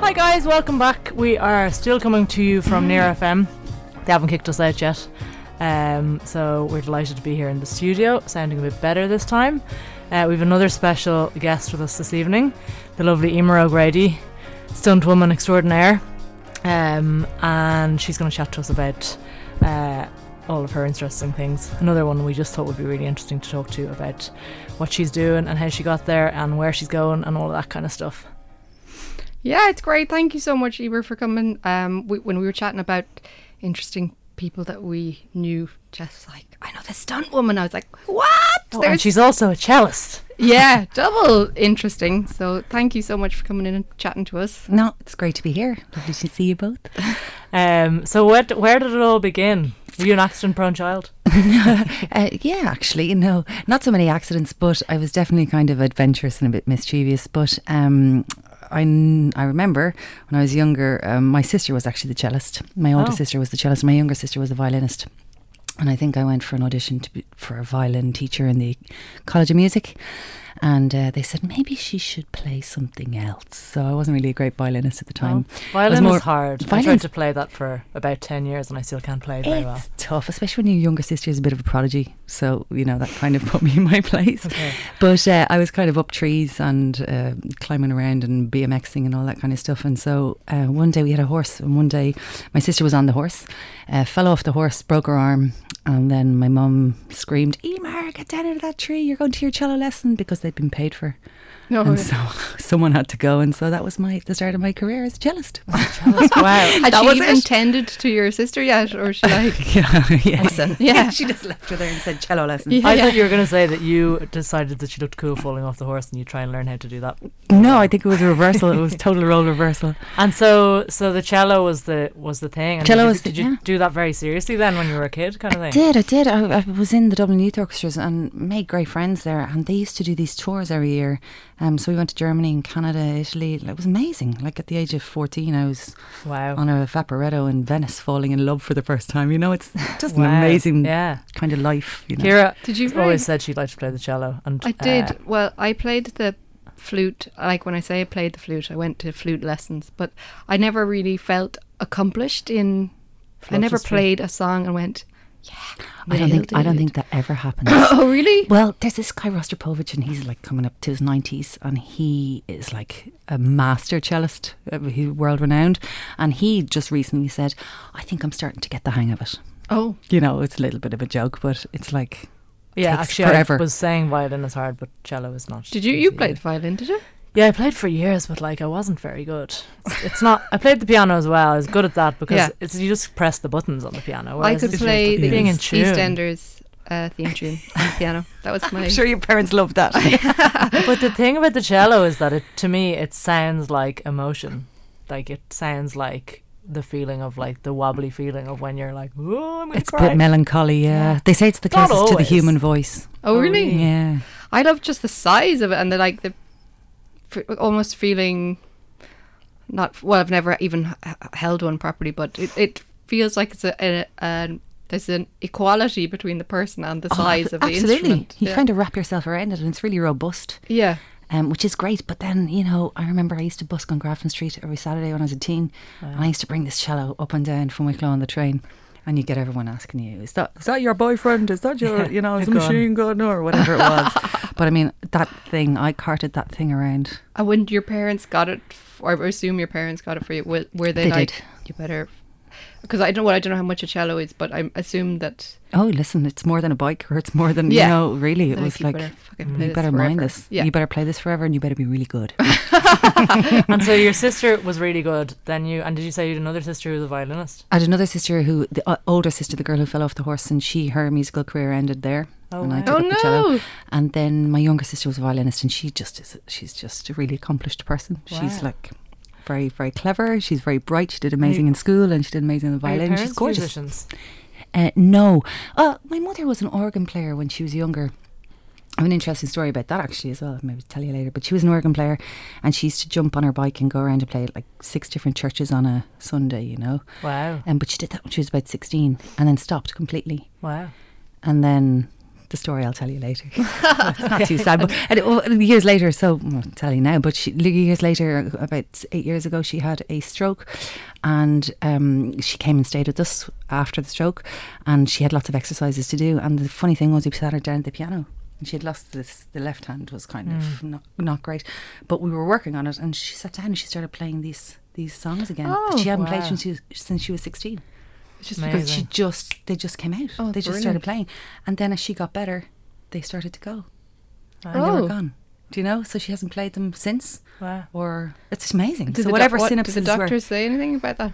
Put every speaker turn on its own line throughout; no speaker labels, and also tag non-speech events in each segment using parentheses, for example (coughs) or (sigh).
Hi guys, welcome back. We are still coming to you from Near FM. They haven't kicked us out yet, um, so we're delighted to be here in the studio, sounding a bit better this time. Uh, we have another special guest with us this evening, the lovely Emer O'Grady, stunt woman extraordinaire, um, and she's going to chat to us about uh, all of her interesting things. Another one we just thought would be really interesting to talk to about what she's doing and how she got there and where she's going and all of that kind of stuff.
Yeah, it's great. Thank you so much, Eber, for coming. Um, we, when we were chatting about interesting people that we knew, just like I know this stunt woman, I was like, what?
Oh, and she's also a cellist.
yeah, double interesting. So thank you so much for coming in and chatting to us.
No, it's great to be here. Lovely to see you both.
Um, so where, d- where did it all begin? Were you an accident-prone child?
Uh, yeah, actually, no, not so many accidents, but I was definitely kind of adventurous and a bit mischievous. But um, I, kn- I remember when I was younger, um, my sister was actually the cellist. My older
Oh.
sister was the cellist. My younger sister was the violinist. And I think I went for an audition to be, for a violin teacher in the College of Music. And uh, they said maybe she should play something else. So I wasn't really a great violinist at the time. I was
Violin
more-
was hard. I tried
Violin's
to play that for about 10 years and I still can't play very
it's
well.
tough, especially when your younger sister is a bit of a prodigy. So, you know, that kind of (laughs) put me in my place. (laughs)
Okay.
But uh, I was kind of up trees and uh, climbing around and BMXing and all that kind of stuff. And so uh, one day we had a horse, and one day my sister was on the horse, uh, fell off the horse, broke her arm. And then my mum screamed, Emer, get down out of that tree. You're going to your cello lesson because they'd been paid for.
No, uh,
and so (laughs) someone had to go. And so that was my the start of my career as a cellist.
wow.
had
that
she
was
even
it.
tended to your sister yet, or she
(laughs)
like?
(laughs) yeah, yeah.
yeah.
(laughs) she just left her there and said cello lessons.
Yeah,
I
yeah.
thought you were going to say that you decided that she looked cool falling off the horse and you try and learn how to do that.
No, I think it was a reversal.
(laughs)
it was total role reversal.
And so so the cello was the was the thing. And
Cello
did you,
was the-
Did you
yeah.
do that very seriously then when you were a kid kind of thing?
Did I did I, I was in the Dublin Youth Orchestras and made great friends there, and they used to do these tours every year. Um, so we went to Germany and Canada, Italy. It was amazing. Like at the age of fourteen, I was
Wow.
on a Vaporetto in Venice, falling in love for the first time. You
(laughs)
know, it's just
Wow.
an amazing
Yeah.
kind of life. You know,
Kira
Did you
always said she liked to play the cello. and
I
uh,
did. well, I played the flute. Like when I say I played the flute, I went to flute lessons, but I never really felt accomplished in. I never
Flautistry.
played a song
(laughs)
and went,
I don't think I
Nailed
don't think that ever happened.
"Oh, really?"
Well, there's this guy Rostropovich, and he's like coming up to his nineties, and he is like a master cellist, uh, he's world renowned, and he just recently said, "I think I'm starting to get the hang of it."
Oh,
You know, it's a little bit of a joke, but it's like,
Yeah,
takes
actually
forever.
I was saying violin is hard but cello is not.
did you?
easy
You
either.
played violin, did you?
Yeah, I played for years, but like I wasn't very good. It's- It's not. I played the piano as well. I was good at that because
Yeah.
it's you just press the buttons on the piano.
I
whereas
could
it's
play
just
the
being in
East-
tune.
EastEnders uh, theme tune on the piano. That was my.
I'm sure your parents
(laughs)
love that.
(laughs) But the thing about the cello is that it, to me, it sounds like emotion. Like it sounds like the feeling of like the wobbly feeling of when you're like, oh, I'm gonna
it's a
cry.
bit melancholy. Yeah, they say it's the
Not
closest to the
always.
human voice.
Oh, really?
Yeah,
I love just the size of it and the like the f- almost feeling. Not well. I've never even h- held one properly, but it, it feels like it's a, a, an- there's an equality between the person and the size of the
Oh, absolutely.
instrument.
You
yeah.
kind of wrap yourself around it, and it's really robust.
yeah.
um, which is great. But then, you know, I remember I used to busk on Grafton Street every Saturday when I was a teen, and I used to bring this cello up and down from Wicklow on the train. And you get everyone asking you, "Is that is that your boyfriend? Is that your you know is a
good one.
machine gun or whatever
(laughs)
it was?" but I mean that thing, I carted that thing around.
And when your parents got it, f- or I assume your parents got it for you, were, were they,
They
like,
did.
you better? Because I don't. Well, I don't know how much a cello is, but I assume that
Oh, listen, it's more than a bike, or it's more than
Yeah.
you know. Really, it
Like,
was
you
like "Mm,
better fucking play
you
this
better mind
forever."
this.
Yeah.
You better play this forever, and you better be really good.
and so your sister was really good. Then you and did you say you had another sister who was a violinist?
I had another sister who, the uh, older sister, the girl who fell off the horse, and she her musical career ended there.
Oh,
and I
wow.
took
Oh,
up the cello.
no.
And then my younger sister was a violinist, and she just is she's just a really accomplished person. She's
Wow.
like very very clever. She's very bright. She did amazing in school, and she did amazing on the
Are your
violin. She's
parents
gorgeous.
Musicians.
Uh, no, uh, my mother was an organ player when she was younger. I have an interesting story about that actually as well. I'll Maybe tell you later. But she was an organ player, and she used to jump on her bike and go around and play at like six different churches on a Sunday. You know.
Wow,
Um, but she did that when she was about 16 and then stopped completely.
wow.
And then the story I'll tell you later. it's not too sad, but and it- well, years later, so well, I'll tell you now. But she, years later, about s- eight years ago, she had a stroke, and um, she came and stayed with us after the stroke, and she had lots of exercises to do. And the funny thing was, we sat her down at the piano. And she had lost this. The left hand was kind of not, not great, but we were working on it. And she sat down and she started playing these these songs again. that
Oh,
she hadn't
wow.
played since she was, since she was sixteen.
It's just
Amazing.
But she just they just came out.
Oh,
they just started playing, and then as she got better, they started to go, and they
Oh.
were gone. Do you know? So she hasn't played them since.
Wow.
Or it's amazing.
Did
so
the
whatever
doc- what-
synapses
Did the
were-
doctors say anything about that?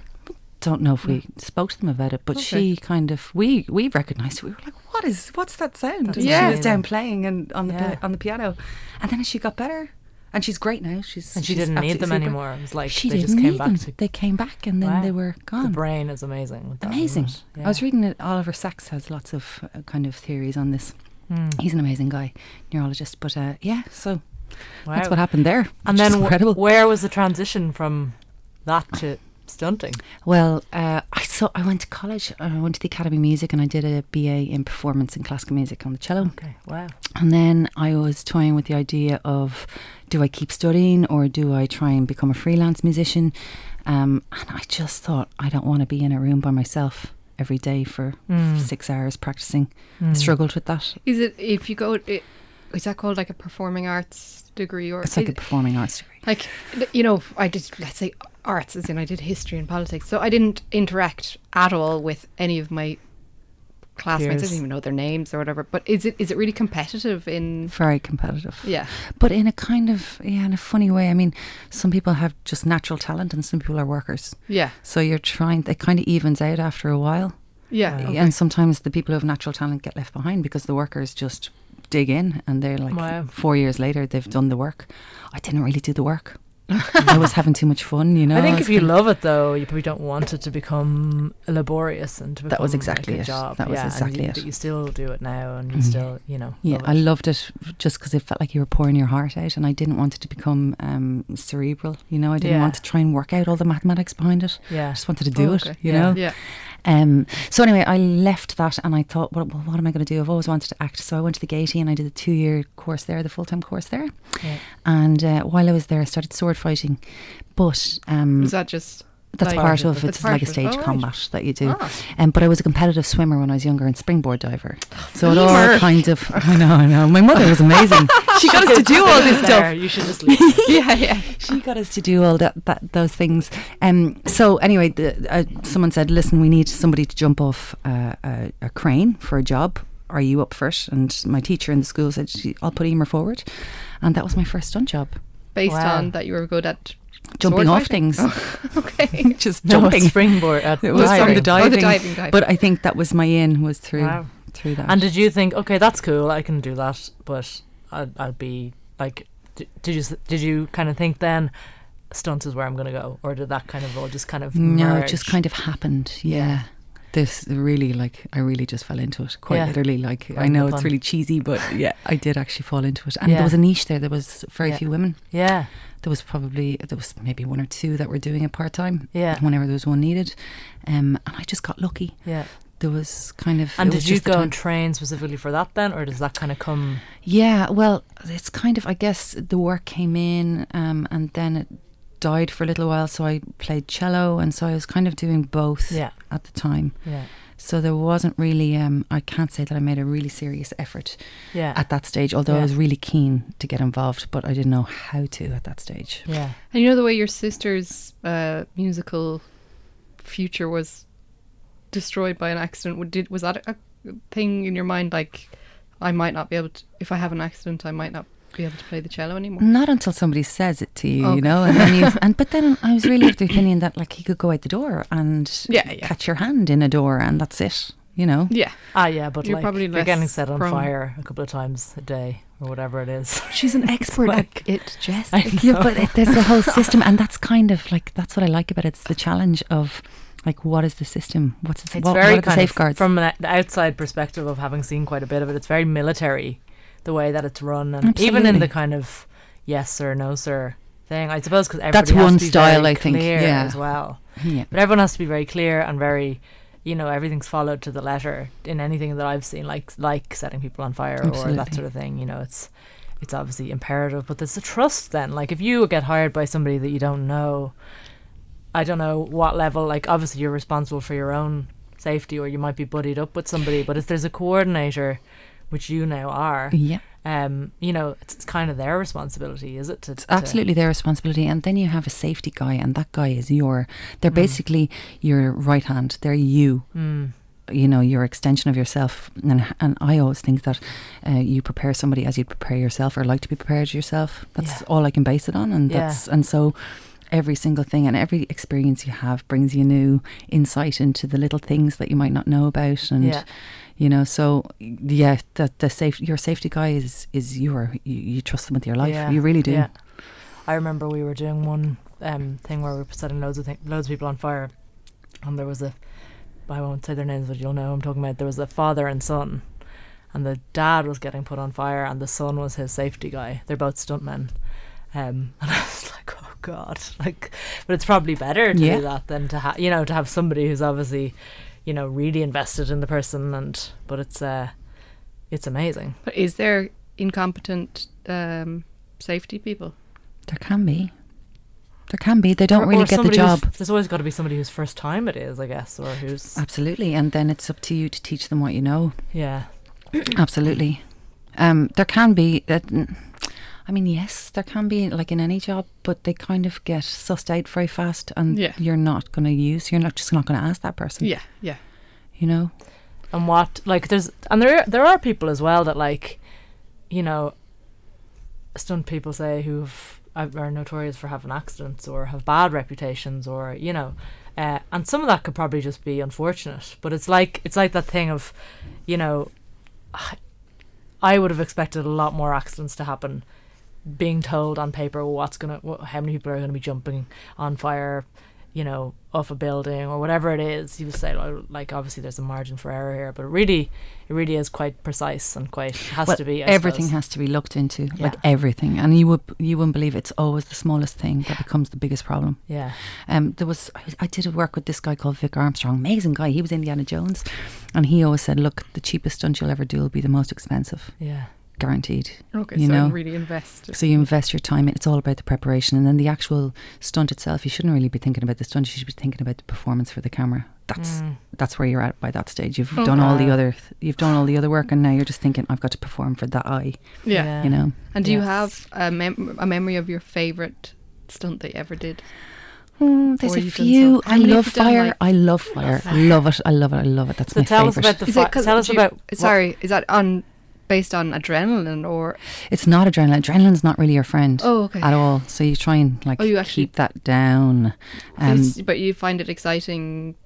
don't know if we spoke to them about it, but
Okay.
she kind of we we recognised it. We were like, "What is what's that sound?"
That's
And she was
amazing.
down playing and on the pi-
Yeah.
on the piano, and then as she got better, and she's great now. She's
And she
she's
didn't need
absolutely
them
super.
anymore. It was like
she
they
didn't
just came
need
back
them.
to
They came back and then
Wow.
they were
the
gone.
brain is amazing. with that, isn't
Amazing.
it? Yeah.
I was reading it. Oliver Sacks has lots of uh, kind of theories on this.
Mm.
He's an amazing guy, neurologist. But uh, yeah, so that's
Wow.
what happened there.
And
which
then
is
wh-
incredible.
where was the transition from that to stunting?
Well, uh, I so I went to college. uh, I went to the Academy of Music, and I did a BA in performance and classical music on the cello.
Okay. Wow.
And then I was toying with the idea of do I keep studying or do I try and become a freelance musician? Um, and I just thought I don't want to be in a room by myself every day for
Mm.
six hours practicing. I
Mm.
struggled with that.
Is it if you go? It, is that called like a performing arts degree or
It's like a
is-
performing arts degree.
like th- you know i did let's say arts as in i did history and politics so i didn't interact at all with any of my classmates i
Peers.
didn't even know their names or whatever but is it is it really competitive in
Very competitive.
yeah
But in a kind of, yeah, in a funny way. I mean, some people have just natural talent and some people are workers.
yeah
So you're trying, it kind of evens out after a while.
yeah
Wow.
okay.
And sometimes the people who have natural talent get left behind because the workers just dig in and they're like
Wow.
four years later they've done the work. I didn't really do the work. I was having too much fun, you know.
I think
was
if you
kind of-
love it though, you probably don't want it to become laborious and to become
That was
like,
exactly
a
it.
job.
That was
yeah, and
exactly
you,
it.
But you still do it now, and you
Mhm.
still, you know.
yeah,
love
I
it.
loved it just because it felt like you were pouring your heart out, and I didn't want it to become um, cerebral. You know, I didn't
Yeah.
want to try and work out all the mathematics behind it. I
yeah.
(laughs) just wanted to do
Oh,
it.
okay.
You
Yeah.
know.
yeah
Um, so anyway, I left that and I thought, well, well, what am I going to do? I've always wanted to act. So I went to the Gaiety and I did a two-year course there, the full-time course there.
Yeah.
And uh, while I was there, I started sword fighting. But um,
is that just
that's
like-
part of it.
That's
It's
part
like a
of it.
stage
Oh, right.
combat that you do.
Ah. (laughs)
Um, but I was a competitive swimmer when I was younger and springboard diver.
Oh,
So it
Blimey.
all kind of. I know, I know. My mother
(laughs)
was amazing. she got us to do all this stuff
There, You should
(laughs)
just leave.
yeah yeah
she got us to do all that, that those things. Um, so anyway, the, uh, someone said, "Listen, we need somebody to jump off uh, a, a crane for a job. Are you up for it?" And my teacher in the school said, she, "I'll put Emer forward," and that was my first stunt job,
based
Wow.
on that you were good at
jumping
sword
off
fighting?
things,
Oh, (laughs) okay
(laughs) just
No,
jumping.
it's springboard. At
(laughs) it was from
diving.
the diving,
Oh, the diving, diving.
but I think that was my in was through
Wow.
through that.
And did you think, okay, that's cool, I can do that, but I'd, I'd be like, d- did you s- did you kind of think then stunts is where I'm going to go, or did that kind of all just kind of
no, Mm, it
merge?
just kind of happened. Yeah. This really, like, I really just fell into it quite
Yeah.
literally. Like, I
Pardon the
know it's
pun.
really cheesy, but yeah, I did actually fall into it. And
Yeah.
there was a niche there. There was very
Yeah.
few women.
yeah
There was probably there was maybe one or two that were doing it part time.
yeah
Whenever there was one needed, um, and I just got lucky.
yeah.
There was kind of
And
it was
did you
just the
go
time.
and train specifically for that then, or does that kind of come?
Yeah, well, it's kind of, I guess the work came in um, and then it died for a little while. So I played cello, and so I was kind of doing both
Yeah,
at the time.
yeah,
So there wasn't really, um, I can't say that I made a really serious effort
yeah,
at that stage, although
Yeah.
I was really keen to get involved, but I didn't know how to at that stage.
yeah.
and you know the way your sister's uh, musical future was destroyed by an accident would- did was that a, a thing in your mind like i might not be able to if i have an accident i might not be able to play the cello anymore
Not until somebody says it to you,
Okay.
you know, and then (laughs) you, and but then I was really of the opinion that like he could go out the door and
Yeah, yeah.
catch your hand in a door and that's it, you know.
yeah
Ah, yeah, but
You're
like
probably
you're getting
less
set on
prone.
fire a couple of times a day or whatever it is. (laughs)
She's an (laughs) expert
at
it, Jess.
I
Yeah, but it, there's a whole system, and that's kind of like that's what I like about it. It's the challenge of like what is the system? What's its,
It's
what,
very
what are the
kind of-
safeguards?
from an o- outside perspective of having seen quite a bit of it. It's very military, the way that it's run, and even in
Absolutely.
the kind of yes sir, no sir thing. I suppose because
That's one style, I think,
clear
yeah.
as well.
yeah.
But everyone has to be very clear and very, you know everything's followed to the letter in anything that I've seen, like like setting people on fire or
Absolutely.
that sort of thing. You know, it's it's obviously imperative, but there's a trust then. Like if you get hired by somebody that you don't know, I don't know what level. Like obviously you're responsible for your own safety, or you might be buddied up with somebody. But if there's a coordinator, which you now are,
Yeah.
um, you know, it's, it's kind of their responsibility, is it? To,
It's absolutely their responsibility. And then you have a safety guy, and that guy is your, they're basically your right hand. They're you.
Hmm.
You know, your extension of yourself. And, and I always think that uh, you prepare somebody as you'd prepare yourself or like to be prepared yourself. That's
Yeah.
all I can base it on. And
Yeah.
that's, and so every single thing and every experience you have brings you new insight into the little things that you might not know about. And,
Yeah.
you know, so yeah, that the safe, your safety guy is, is your, you, you trust them with your life.
Yeah,
You really do.
Yeah. I remember we were doing one um, thing where we were setting loads of th- loads of people on fire, and there was a I won't say their names, but you'll know who I'm talking about. There was a father and son, and the dad was getting put on fire, and the son was his safety guy. They're both stuntmen, um, (laughs) and I was like, oh god, like, but it's probably better to
Yeah.
do that than to have you know to have somebody who's obviously you know really invested in the person, and but it's uh, it's amazing.
But is there incompetent um, safety people?
There can be. There can be. They don't
Or-
really
or
get the
somebody who's-
job.
There's always got to be somebody whose first time it is, I guess, or who's
Absolutely. And then it's up to you to teach them what you know.
yeah.
Absolutely. Um, there can be. That, I mean, yes, there can be, like in any job, but they kind of get sussed out very fast and
Yeah.
you're not going to use, you're not just not going to ask that person,
Yeah, yeah.
you know?
And what like there's and there there are people as well that like, you know, stunt people say who've are notorious for having accidents or have bad reputations or you know, uh, and some of that could probably just be unfortunate. But it's like it's like that thing of, you know, (sighs) I- I would have expected a lot more accidents to happen. Being told on paper what's gonna, what, how many people are gonna be jumping on fire, you know, off a building or whatever it is. You would say well, like obviously there's a margin for error here, but it really, it really is quite precise and quite has
Well,
to be. I
everything
suppose.
has to be looked into, like
Yeah.
everything. And you, would, you wouldn't believe it's always the smallest thing that becomes the biggest problem.
yeah.
Um, there was I, I did a work with this guy called Vic Armstrong, amazing guy. He was Indiana Jones, and he always said, "Look, the cheapest stunt you'll ever do will be the most expensive,
Yeah,
guaranteed."
Okay,
You
so
know.
really invest.
So you invest your time in. It's all about the preparation, and then the actual stunt itself. You shouldn't really be thinking about the stunt. You should be thinking about the performance for the camera. That's
Mm.
that's where you're at by that stage. You've done all the
Okay.
other th- you've done all the other work, and now you're just thinking, "I've got to perform for that eye."
Yeah.
yeah.
You know.
And do you
Yes.
have a, mem- a memory of your favorite stunt they ever did?
Mm, there's
Or
a
you've done
few.
some- How
I
many
love
have you done,
fire.
like-
I love fire. I love it. I love it. I love it. That's
So
my
tell us
favorite.
about the fi- tell us
do you-
about what-
Sorry, is that on based on adrenaline or
It's not adrenaline. Adrenaline's not really your friend.
Oh, okay.
At all. So you try and like
Oh, you actually-
keep that down. Um,
is- but you find it exciting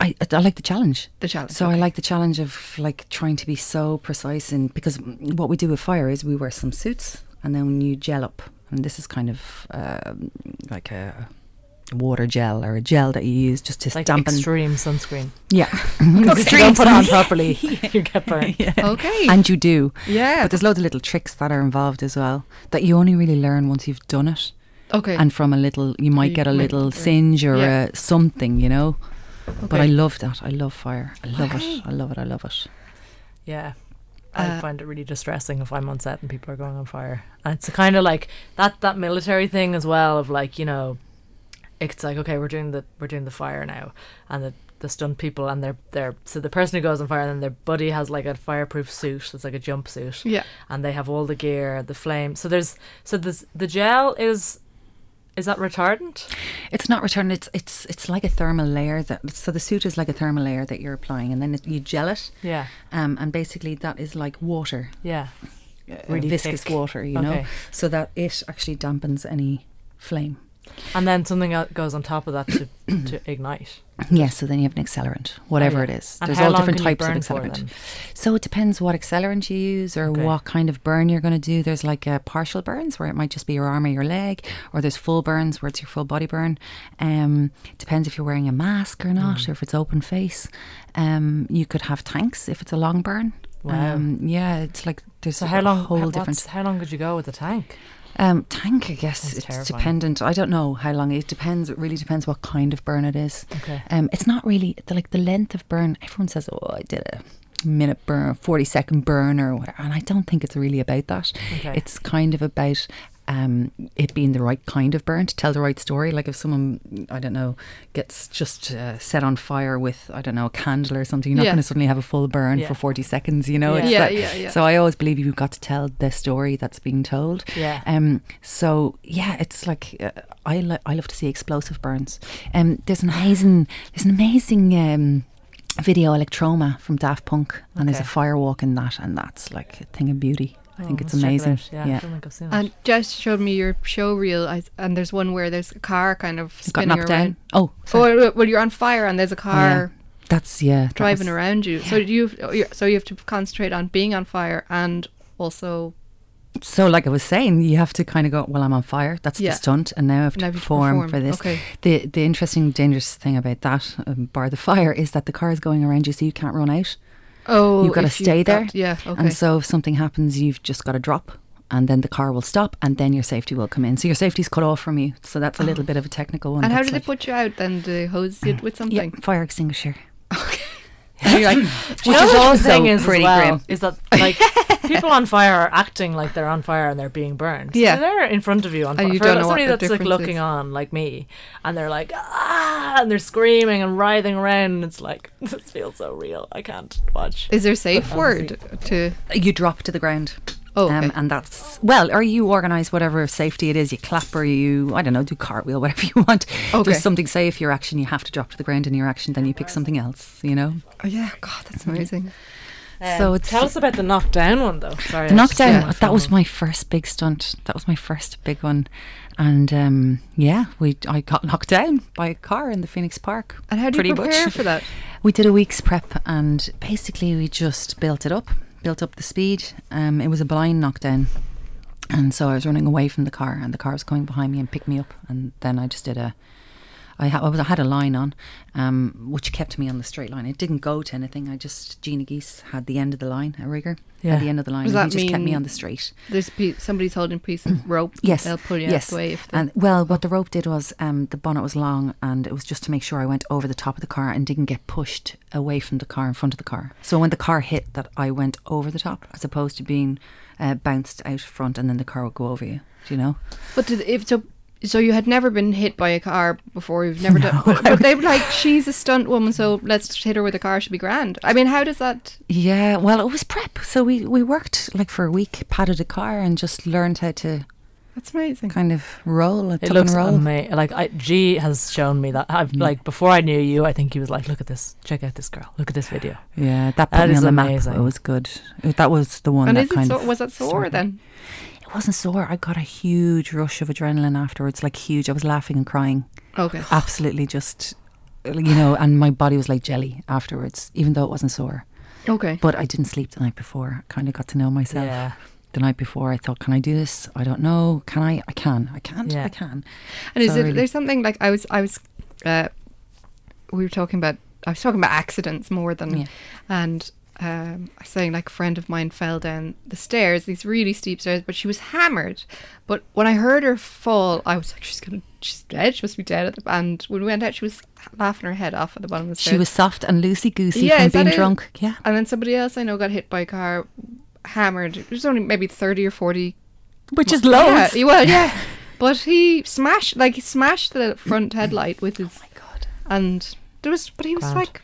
I, I like the challenge.
the challenge?
So I like the challenge of like trying to be so precise in because what we do with fire is we wear some suits and then you gel up. And this is kind of um like a water gel or a gel that you use just to
It's like
dampen.
extreme
(laughs)
sunscreen.
(laughs)
yeah.
If you don't put it on
(laughs)
properly, you get burned.
okay.
And you do.
yeah.
But there's loads of little tricks that are involved as well that you only really learn once you've done it.
okay.
and from a little you might
You
get a
might
little
get a-
singe or
Yeah.
a something you know but i
Okay.
love that i love fire i love it i love it i love it
Yeah. I
Uh,
find it really distressing if I'm on set and people are going on fire. And it's kind of like that that military thing as well of like, you know, it's like okay, we're doing the we're doing the fire now and the the stunt people and their their so the person who goes on fire and then their buddy has like a fireproof suit that's like a jumpsuit
yeah.
and they have all the gear the flame so there's so this the gel is is that retardant
it's not returned it's it's it's like a thermal layer that so the suit is like a thermal layer that you're applying and then it, you gel it
yeah
um, and basically that is like water
yeah
uh,
Really
viscous
thick.
water you know
Okay.
so that it actually dampens any flame
and then something else goes on top of that to
(coughs)
to ignite
yeah so then you have an accelerant
Oh,
whatever
yeah.
it is
And
there's
how
all
long
different
can you
types of
burn for
accelerant
then?
So it depends what accelerant you use or
Okay.
what kind of burn you're going to do. There's like a partial burns where it might just be your arm or your leg, or there's full burns where it's your full body burn. Um, depends if you're wearing a mask or not,
Mm.
or if it's open face. Um, you could have tanks if it's a long burn.
Wow.
Um, yeah, it's like there's
so how long
a whole
how-
different.
what's- how long could you go with the tank
Um, tank, I guess
That's
it's
terrifying.
dependent. I don't know how long. It depends. It really depends what kind of burn it is.
Okay.
Um, it's not really the, like the length of burn. Everyone says, "Oh, I did a minute burn, forty second burn, or whatever," and I don't think it's really about that.
Okay.
It's kind of about um, it being the right kind of burn to tell the right story. Like if someone, I don't know, gets just uh, set on fire with, I don't know, a candle or something, you're not
Yeah.
going to suddenly have a full burn
Yeah.
for forty seconds. You know,
Yeah.
It's
Yeah,
that-
yeah, yeah.
So I always believe you've got to tell the story that's being told.
Yeah.
Um, so yeah, it's like uh, I lo- I love to see explosive burns. Um, there's an amazing there's an amazing um, video Electroma from Daft Punk, and there's a
Okay.
firewalk in that, and that's like a thing of beauty. I think
Oh,
it's
let's check it
amazing.
out. Yeah, I don't think I've seen it.
And Jess showed me your show reel, I, and there's one where there's a car kind of
It got
spinning
knocked
around.
down. Oh,
Oh,
sorry.
well, well, you're on fire, and there's a car
that's yeah. that
driving
was-
around you. So
yeah.
you, you're- so you have to concentrate on being on fire and also
So, like I was saying, you have to kind of go. Well, I'm on fire. That's
Yeah.
the stunt, and now I have to
Now you have to
perform,
perform.
for this.
Okay.
The the interesting, dangerous thing about that, um, bar the fire, is that the car is going around you, so you can't run out.
oh,
you've got to
if
stay there.
got- yeah. Okay.
And so if something happens, you've just got to drop, and then the car will stop, and then your safety will come in. So your safety's cut off from you. So that's a little bit of a technical one.
Oh. and how
That's
did they
like-
put you out? Then they hose you with
Yeah,
something. (laughs)
fire extinguisher.
And you're like, "Oh,
Do you
(laughs) Which
know
is
what the
also
thing is as
pretty
well,
grim.
Is that
(laughs)
like people on fire are acting like they're on fire and they're being burned? So
Yeah.
they're in front of you on
And
fire.
you
For
don't know what
somebody
the
that's like
difference
looking
is.
on, like me, and they're like ah, and they're screaming and writhing around, and it's like (laughs) this feels so real. I can't watch.
is there a safe word to?
You drop to the ground. um,
Oh, okay.
and that's well, or you organise whatever safety it is. You clap, or you I don't know, do cartwheel, (laughs) whatever you want.
Okay.
There's something. Say if your action, you have to drop to the ground in your action. Then you pick something else. You know.
Oh yeah, God, that's amazing.
so it's
Tell us about the knockdown one though. Sorry,
The knockdown.
yeah,
that was my first big stunt. That was my first big one, and um, yeah, we I got (laughs) knocked down by a car in the Phoenix Park.
And how do
pretty
you prepare
much.
for that?
We did a week's prep, and basically we just built it up, built up the speed. Um, it was a blind knockdown, and so I was running away from the car, and the car was coming behind me and picked me up, and then I just did a. I, ha- I, was, I had a line on, um, which kept me on the straight line. It didn't go to anything. I just Gina Geese had the end of the line, a rigger,
Yeah.
had the end of the line,
Does
and he
that
just kept me
mean-
on the straight.
There's pe- somebody's holding a piece of rope.
(clears throat) Yes,
they'll pull you out
yes. Uh,
the way if they
And well, what the rope did was um, the bonnet was long, and it was just to make sure I went over the top of the car and didn't get pushed away from the car in front of the car. So when the car hit, that I went over the top as opposed to being uh, bounced out front and then the car would go over you. Do you know?
But did, if so, so you had never been hit by a car before. You've
(laughs)
never done. But, but they were like, she's a stunt woman, so let's hit her with a car. She'll be grand. I mean, how does that?
Yeah. Well, it was prep, so we we worked like for a week, padded a car, and just learned how to
That's amazing.
kind of roll.
It looks
roll. Mm.
amazing. Like I, G has shown me that. I've like before I knew you, I think he was like, "Look at this. Check out this girl. Look at this video."
Yeah, that put
That
me
is
on the
amazing.
map. It was good. It- That was the one
And
that
is it
kind
so,
of
was that sore
started.
then?
It wasn't sore. I got a huge rush of adrenaline afterwards, like huge. I was laughing and crying.
Okay.
Absolutely just, you know, and my body was like jelly afterwards, even though it wasn't sore.
Okay.
But I didn't sleep the night before. I kind of got to know myself.
Yeah.
The night before, I thought, can I do this? I don't know. Can I? I can. I can't.
Yeah.
I can.
And is
So
it
really-
there's something like I was I was uh, we were talking about I was talking about accidents more than
Yeah.
and um, I was saying like a friend of mine fell down the stairs these really steep stairs but she was hammered but when I heard her fall I was like she's gonna she's dead she must be dead at the, and when we went out she was laughing her head off at the bottom of the stairs
She was soft and loosey goosey
Yeah,
from
is that
being
it?
drunk. Yeah.
and then somebody else I know got hit by a car hammered it was only maybe 30 or 40
Which is
yeah he- well yeah but he smashed like he smashed the front headlight with his
Oh God.
and there was, but he was
Grand.
like,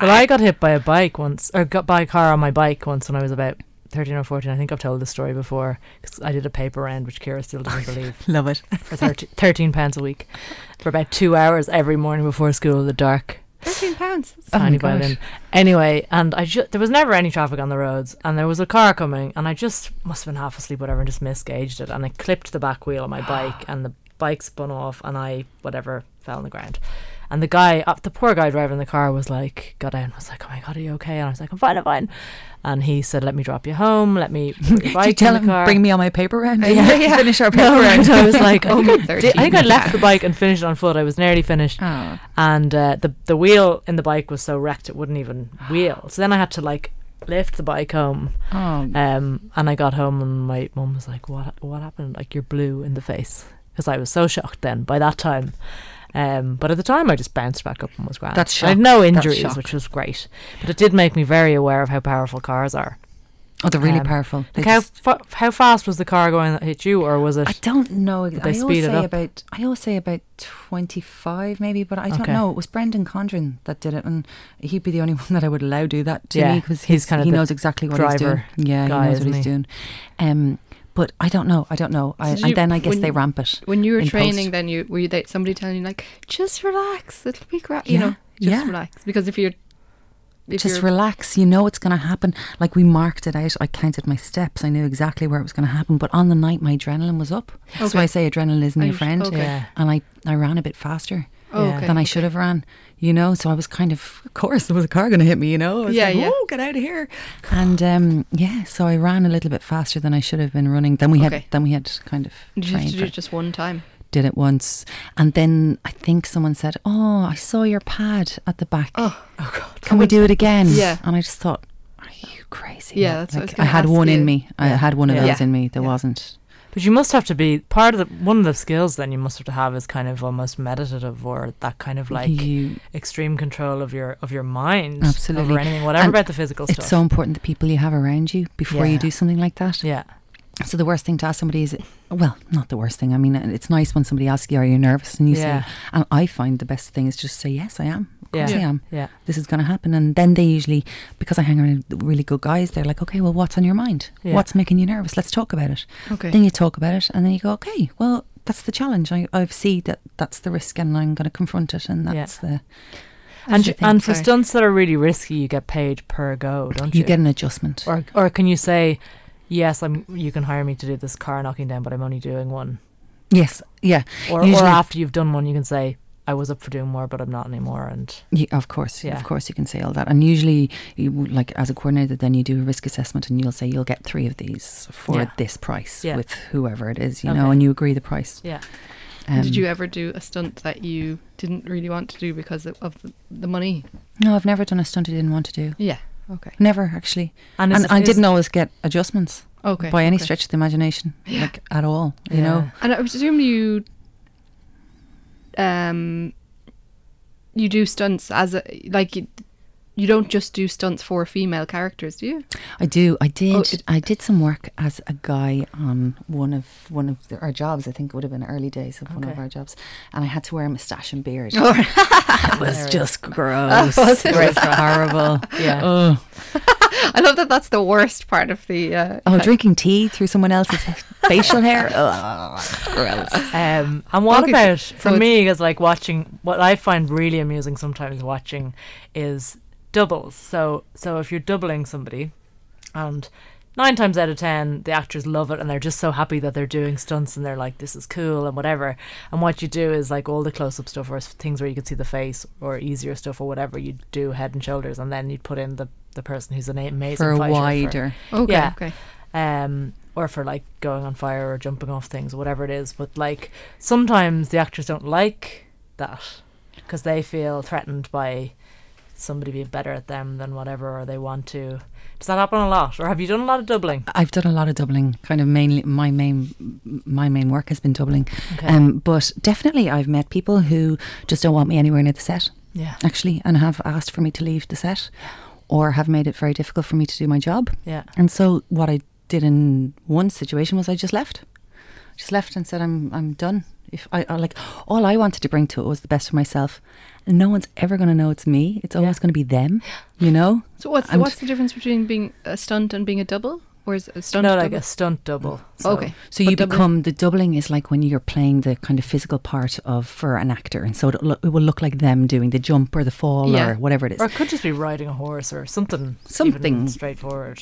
Well, I got hit by a bike once, or got by a car on my bike once when I was about 13 or 14. I think I've told this story before because I did a paper round, which Kira still doesn't believe,
(laughs) Love it.
for 13, 13 pounds a week for about two hours every morning before school in the dark.
thirteen
(laughs)
pounds.
Oh my
tiny
gosh.
violin. Anyway, and I ju- there was never any traffic on the roads, and there was a car coming, and I just must have been half asleep, whatever, and just misgauged it, and I clipped the back wheel
(gasps)
of my bike, and the bike spun off, and I whatever fell on the ground. And the guy, up the poor guy driving the car, was like, got out and was like, "Oh my god, are you okay?" And I was like, "I'm fine, I'm fine." And he said, "Let me drop you home. Let
(laughs)
me put your
Did you
bike
tell
in
him,
the car." (laughs)
bring me on my paper round? (laughs)
Yeah, yeah.
Finish our paper
no,
round.
and (laughs) I was
(laughs)
like, "Oh my."
God,
I think I left the bike and finished it on foot. I was nearly finished
Oh. Ah.
and uh, the the wheel in the bike was so wrecked it wouldn't even wheel. So then I had to like lift the bike home.
Oh,
Um, and I got home and my mum was like, "What? What happened? Like you're blue in the face?" Because I was so shocked then. By that time, um, but at the time I just bounced back up and was grand.
That's
I had
shock.
no
That's
injuries,
shock.
which was great. But it did make me very aware of how powerful cars are.
oh, they're really
um,
powerful. They
Like how
just-
fa- how fast was the car going that hit you, or was it?
I don't know. ex-
Did
I
they
always
speed it
say
up?
about I always say about twenty five maybe, but I don't
Okay.
know. It was Brendan Condren that did it, and he'd be the only (laughs) one that I would allow do that to
Yeah,
me because
he's
he's,
kind of
he
the
knows exactly what he's doing.
driver
Yeah,
guy,
he knows what
isn't
he's
he?
doing. Um, but I don't know. I don't know. I,
did
and
you-
then I guess
when
they
you-
ramp it.
When you were
In
training,
post.
then you were you they, somebody telling you like, just relax, it'll be great. You
Yeah,
know, just
yeah.
relax because if you're if
Just
you're,
relax. You know it's going to happen. Like we marked it out. I counted my steps. I knew exactly where it was going to happen. But on the night, my adrenaline was up. That's why I
Okay.
say adrenaline isn't
Are
your
you-
friend.
okay.
Yeah.
And I, I ran a bit faster.
oh,
Yeah.
okay.
than I should have ran, you know. So I was kind of, of course, (laughs) there was a car going to hit me, you know. I was
Yeah,
like,
yeah.
"Whoa, get out of here! And um, yeah, so I ran a little bit faster than I should have been running. Then we had,
Okay.
then we had kind of
Did you have
trained
to
for
do
it.
it just one time?
did it once, and then I think someone said, "Oh, I saw your pad at the back.
Oh,
Can we do it again?"
Yeah.
and I just thought. Are you crazy?
Yeah, that's what I was gonna
had
ask
one in
you.
me. I had one of
Yeah.
those in me. There
Yeah.
wasn't.
But you must have to be part of the one of the skills. Then you must have to have is kind of almost meditative or that kind of like
you,
extreme control of your of your mind
Absolutely.
over anything, whatever
And
about the physical
it's
stuff.
so important the people you have around you before
Yeah.
you do something like that.
yeah,
So the worst thing to ask somebody is, well, not the worst thing. I mean, it's nice when somebody asks you, "Are you nervous?" and you
Yeah.
say, and I find the best thing is just say, "Yes, I am. Of course
Yeah.
I am.
yeah,
This is going to happen." And then they usually, because I hang around with really good guys, they're like, "Okay, well, what's on your mind?
Yeah.
What's making you nervous? Let's talk about it."
okay.
Then you talk about it, and then you go, "Okay, well, that's the challenge. I I see that that's the risk, and I'm going to confront it, and
Yeah.
that's the."
and
that's the
you- and for
sorry.
stunts that are really risky, you get paid per go, don't
thing.
you?
you get an adjustment.
or or can you say, yes, I'm. You can hire me to do this car knocking down, but I'm only doing one.
Yes, yeah,
Or or
Usually-
after you've done one, you can say, I was up for doing more, but I'm not anymore. And
Yeah, of course,
Yeah.
of course, you can say all that. And usually, you, w- like as a coordinator, then you do a risk assessment, and you'll say you'll get three of these for
Yeah.
this price
Yeah.
with whoever it is, you
Okay.
know, and you agree the price.
Yeah.
Um,
Did you ever do a stunt that you didn't really want to do because of- of the, the money?
e-
No, I've never done a stunt I didn't want to do.
Yeah. Okay.
Never actually,
and,
and
is it-
I
is-
didn't always get adjustments
Okay.
by any
okay.
stretch of the imagination,
Yeah.
like at all. You
Yeah.
know,
And I presume you, um, you do stunts as a like you, you don't just do stunts for female characters, do you?
I do. I did.
it-
I did some work as a guy on one of one of the, our jobs. I think it would have been early days of one of
Okay.
our jobs, and I had to wear a moustache and (laughs) beard. (laughs) It was
Hilarious.
just gross.
was
it
it?
was horrible.
Yeah.
Oh,
I love that. That's the worst part of the. Uh,
oh, drinking tea through someone else's (laughs) facial hair. Oh, gross.
(laughs) Um, and what
Okay,
about
so
for
it's-
me is like watching what I find really amusing sometimes watching is doubles. So so if you're doubling somebody, and nine times out of ten the actors love it and they're just so happy that they're doing stunts and they're like this is cool and whatever. And what you do is like all the close up stuff or s- things where you can see the face or easier stuff or whatever you do head and shoulders and then you put in the the person who's an amazing
For a
fighter
wider.
okay.
yeah.
Okay.
um, or for like going on fire or jumping off things, whatever it is. But like sometimes the actors don't like that because they feel threatened by somebody being better at them than whatever, or they want to. Does that happen a lot, or have you done a lot of doubling?
I've done a lot of doubling. Kind of mainly my main my main work has been doubling.
Okay.
Um, but definitely, I've met people who just don't want me anywhere near the set.
yeah,
Actually, and have asked for me to leave the set, or have made it very difficult for me to do my job.
yeah,
And so what I did in one situation was I just left. Just left and said I'm I'm done. If I, I like all I wanted to bring to it was the best for myself. And no one's ever gonna know it's me. It's always
Yeah.
gonna be them. You know?
So what's the,
And-
what's the difference between being a stunt and being a double, or is a stunt?
no,
double?
like a stunt double. So
okay.
So
But
you
doubling-
become the doubling is like when you're playing the kind of physical part of for an actor, and so it'll, look- it will look like them doing the jump or the fall
Yeah.
or whatever it is.
Or it could just be riding a horse or something.
Something.
even straightforward.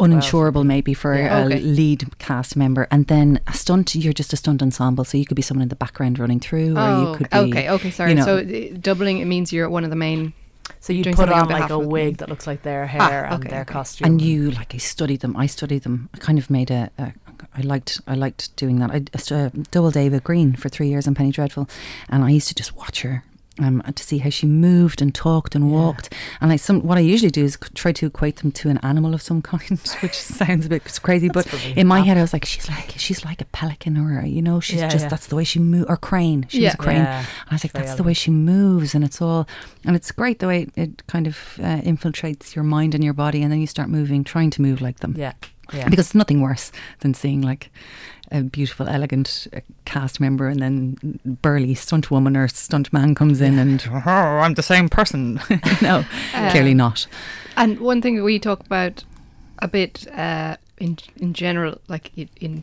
uninsurable maybe for
Yeah.
a
Okay.
lead cast member and then a stunt you're just a stunt ensemble so you could be someone in the background running through or
Oh,
you could be
okay, okay, sorry.
know-
so uh, doubling it means you're one of the main.
So you
Doing
put
something on
on like
behalf
a
of them.
wig that looks like their hair and
okay,
their
okay.
costume.
and you like I studied them I studied them I kind of made a, a I liked I liked doing that I uh, double David Green for three years on Penny Dreadful and I used to just watch her um, to see how she moved and talked and walked. And like some, what I usually do is c- try to equate them to an animal of some (laughs) kind, which sounds a bit crazy. but
probably
in my head, I was like, she's like she's like a pelican, or you know, she's
Yeah,
just
yeah.
that's the way she moves, or crane. She was
Yeah.
a crane.
Yeah,
And I was like,
very
that's the way she moves, and it's all, and it's great the way it, it kind of uh, infiltrates your mind and your body, and then you start moving, trying to move like them.
Yeah. Yeah.
Because it's nothing worse than seeing like a beautiful, elegant uh, cast member and then burly stunt woman or stunt man comes in and, oh, I'm the same person. (laughs) no,
Yeah.
clearly not.
And one thing that we talk about a bit uh, in in general, like i- in